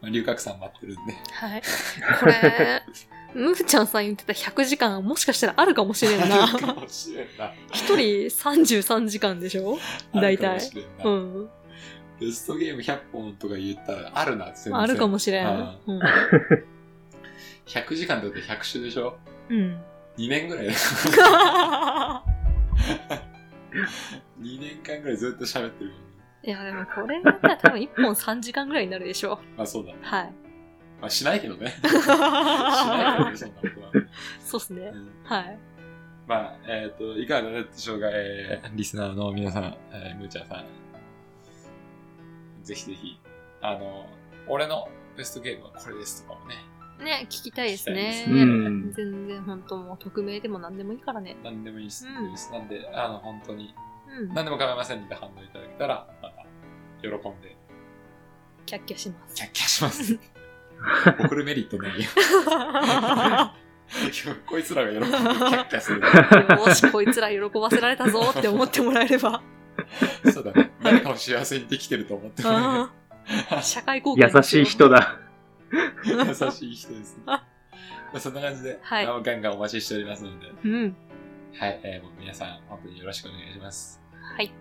Speaker 2: まあ龍角さん待ってるんで。
Speaker 1: はい。こ れ、ムーちゃんさん言ってた100時間、もしかしたらあるかもしれん な。
Speaker 2: あるかもしれんな。
Speaker 1: 一人33時間でしょ大体
Speaker 2: あるかもしれんな
Speaker 1: うん。
Speaker 2: ベストゲーム100本とか言ったらあるな、全然。
Speaker 1: あるかもしれん。
Speaker 2: あ
Speaker 1: うん。
Speaker 2: 100時間だって100週でしょ
Speaker 1: うん。
Speaker 2: ?2 年ぐらいだよ 2年間ぐらいずっと喋ってるよね。
Speaker 1: いや、でもこれだったら多分1本3時間ぐらいになるでしょ
Speaker 2: まあそうだね。
Speaker 1: う。はい。
Speaker 2: まあしないけど ね。しないけどね、そんなことは。
Speaker 1: そうっすね
Speaker 2: う。ん
Speaker 1: はい。
Speaker 2: まあ、えっ、と、いかがだったでしょうか、えーリスナーの皆さん、えー、むーちゃんさん。ぜひぜひ、あの、俺のベストゲームはこれですとかもね、
Speaker 1: ね、聞きたいですね。
Speaker 2: 聞きたいです
Speaker 3: う
Speaker 2: ね
Speaker 3: ん。
Speaker 1: 全然本当もう匿名でも何でもいいからね。
Speaker 2: 何でもいいです。
Speaker 1: うん
Speaker 2: なんで、あの、本当に、
Speaker 1: うん。
Speaker 2: 何でも構いませんので反応いただけたら、また、喜んで、
Speaker 1: キャッキャします。
Speaker 2: キャッキャ します。送るメリットね。 こいつらが喜んでキャッキ ャする。
Speaker 1: よし、こいつら喜ばせられたぞって思ってもらえれ ば、
Speaker 2: そうだね。誰かを幸せにできてると思ってもらえる
Speaker 1: あー社会貢献。
Speaker 3: 優しい人。だ。
Speaker 2: 優しい人で すね。まあそんな感じで、
Speaker 1: はい
Speaker 2: あのガンガンお待ちしておりますので、
Speaker 1: うん。
Speaker 2: はい、えーもう皆さん、本当によろしくお願いします。
Speaker 1: はい。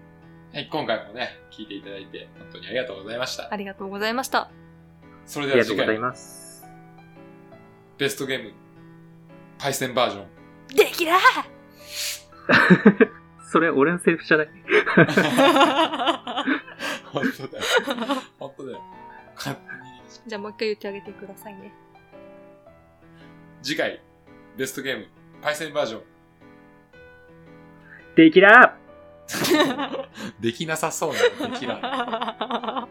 Speaker 2: はい、今回もね、聞いていただいて、本当にありがとうございました
Speaker 1: あ。りがとうございました。
Speaker 2: それ
Speaker 3: あ
Speaker 2: で
Speaker 3: り
Speaker 2: は
Speaker 3: がとう
Speaker 2: 次
Speaker 3: ござい
Speaker 2: 回、
Speaker 3: ます。
Speaker 2: ベストゲーム、パイセンバージ ョン。
Speaker 1: できら
Speaker 3: それ、俺のセリフじゃない。
Speaker 1: ー
Speaker 2: 本当だよ。本当だよ。勝手に
Speaker 1: じゃあもう一回言ってあげてくださいね。
Speaker 2: 次回、ベストゲーム、パイセンバージョン。
Speaker 3: できら
Speaker 2: できなさそうな、できな。はい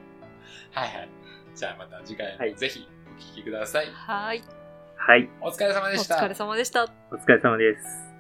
Speaker 2: はい。じゃあまた次回も
Speaker 3: はい
Speaker 2: ぜひお聞きください。
Speaker 1: はい。
Speaker 3: はい。
Speaker 2: お疲れ様
Speaker 1: お
Speaker 2: でした。
Speaker 1: 疲れ様でした。
Speaker 3: お疲れ様です。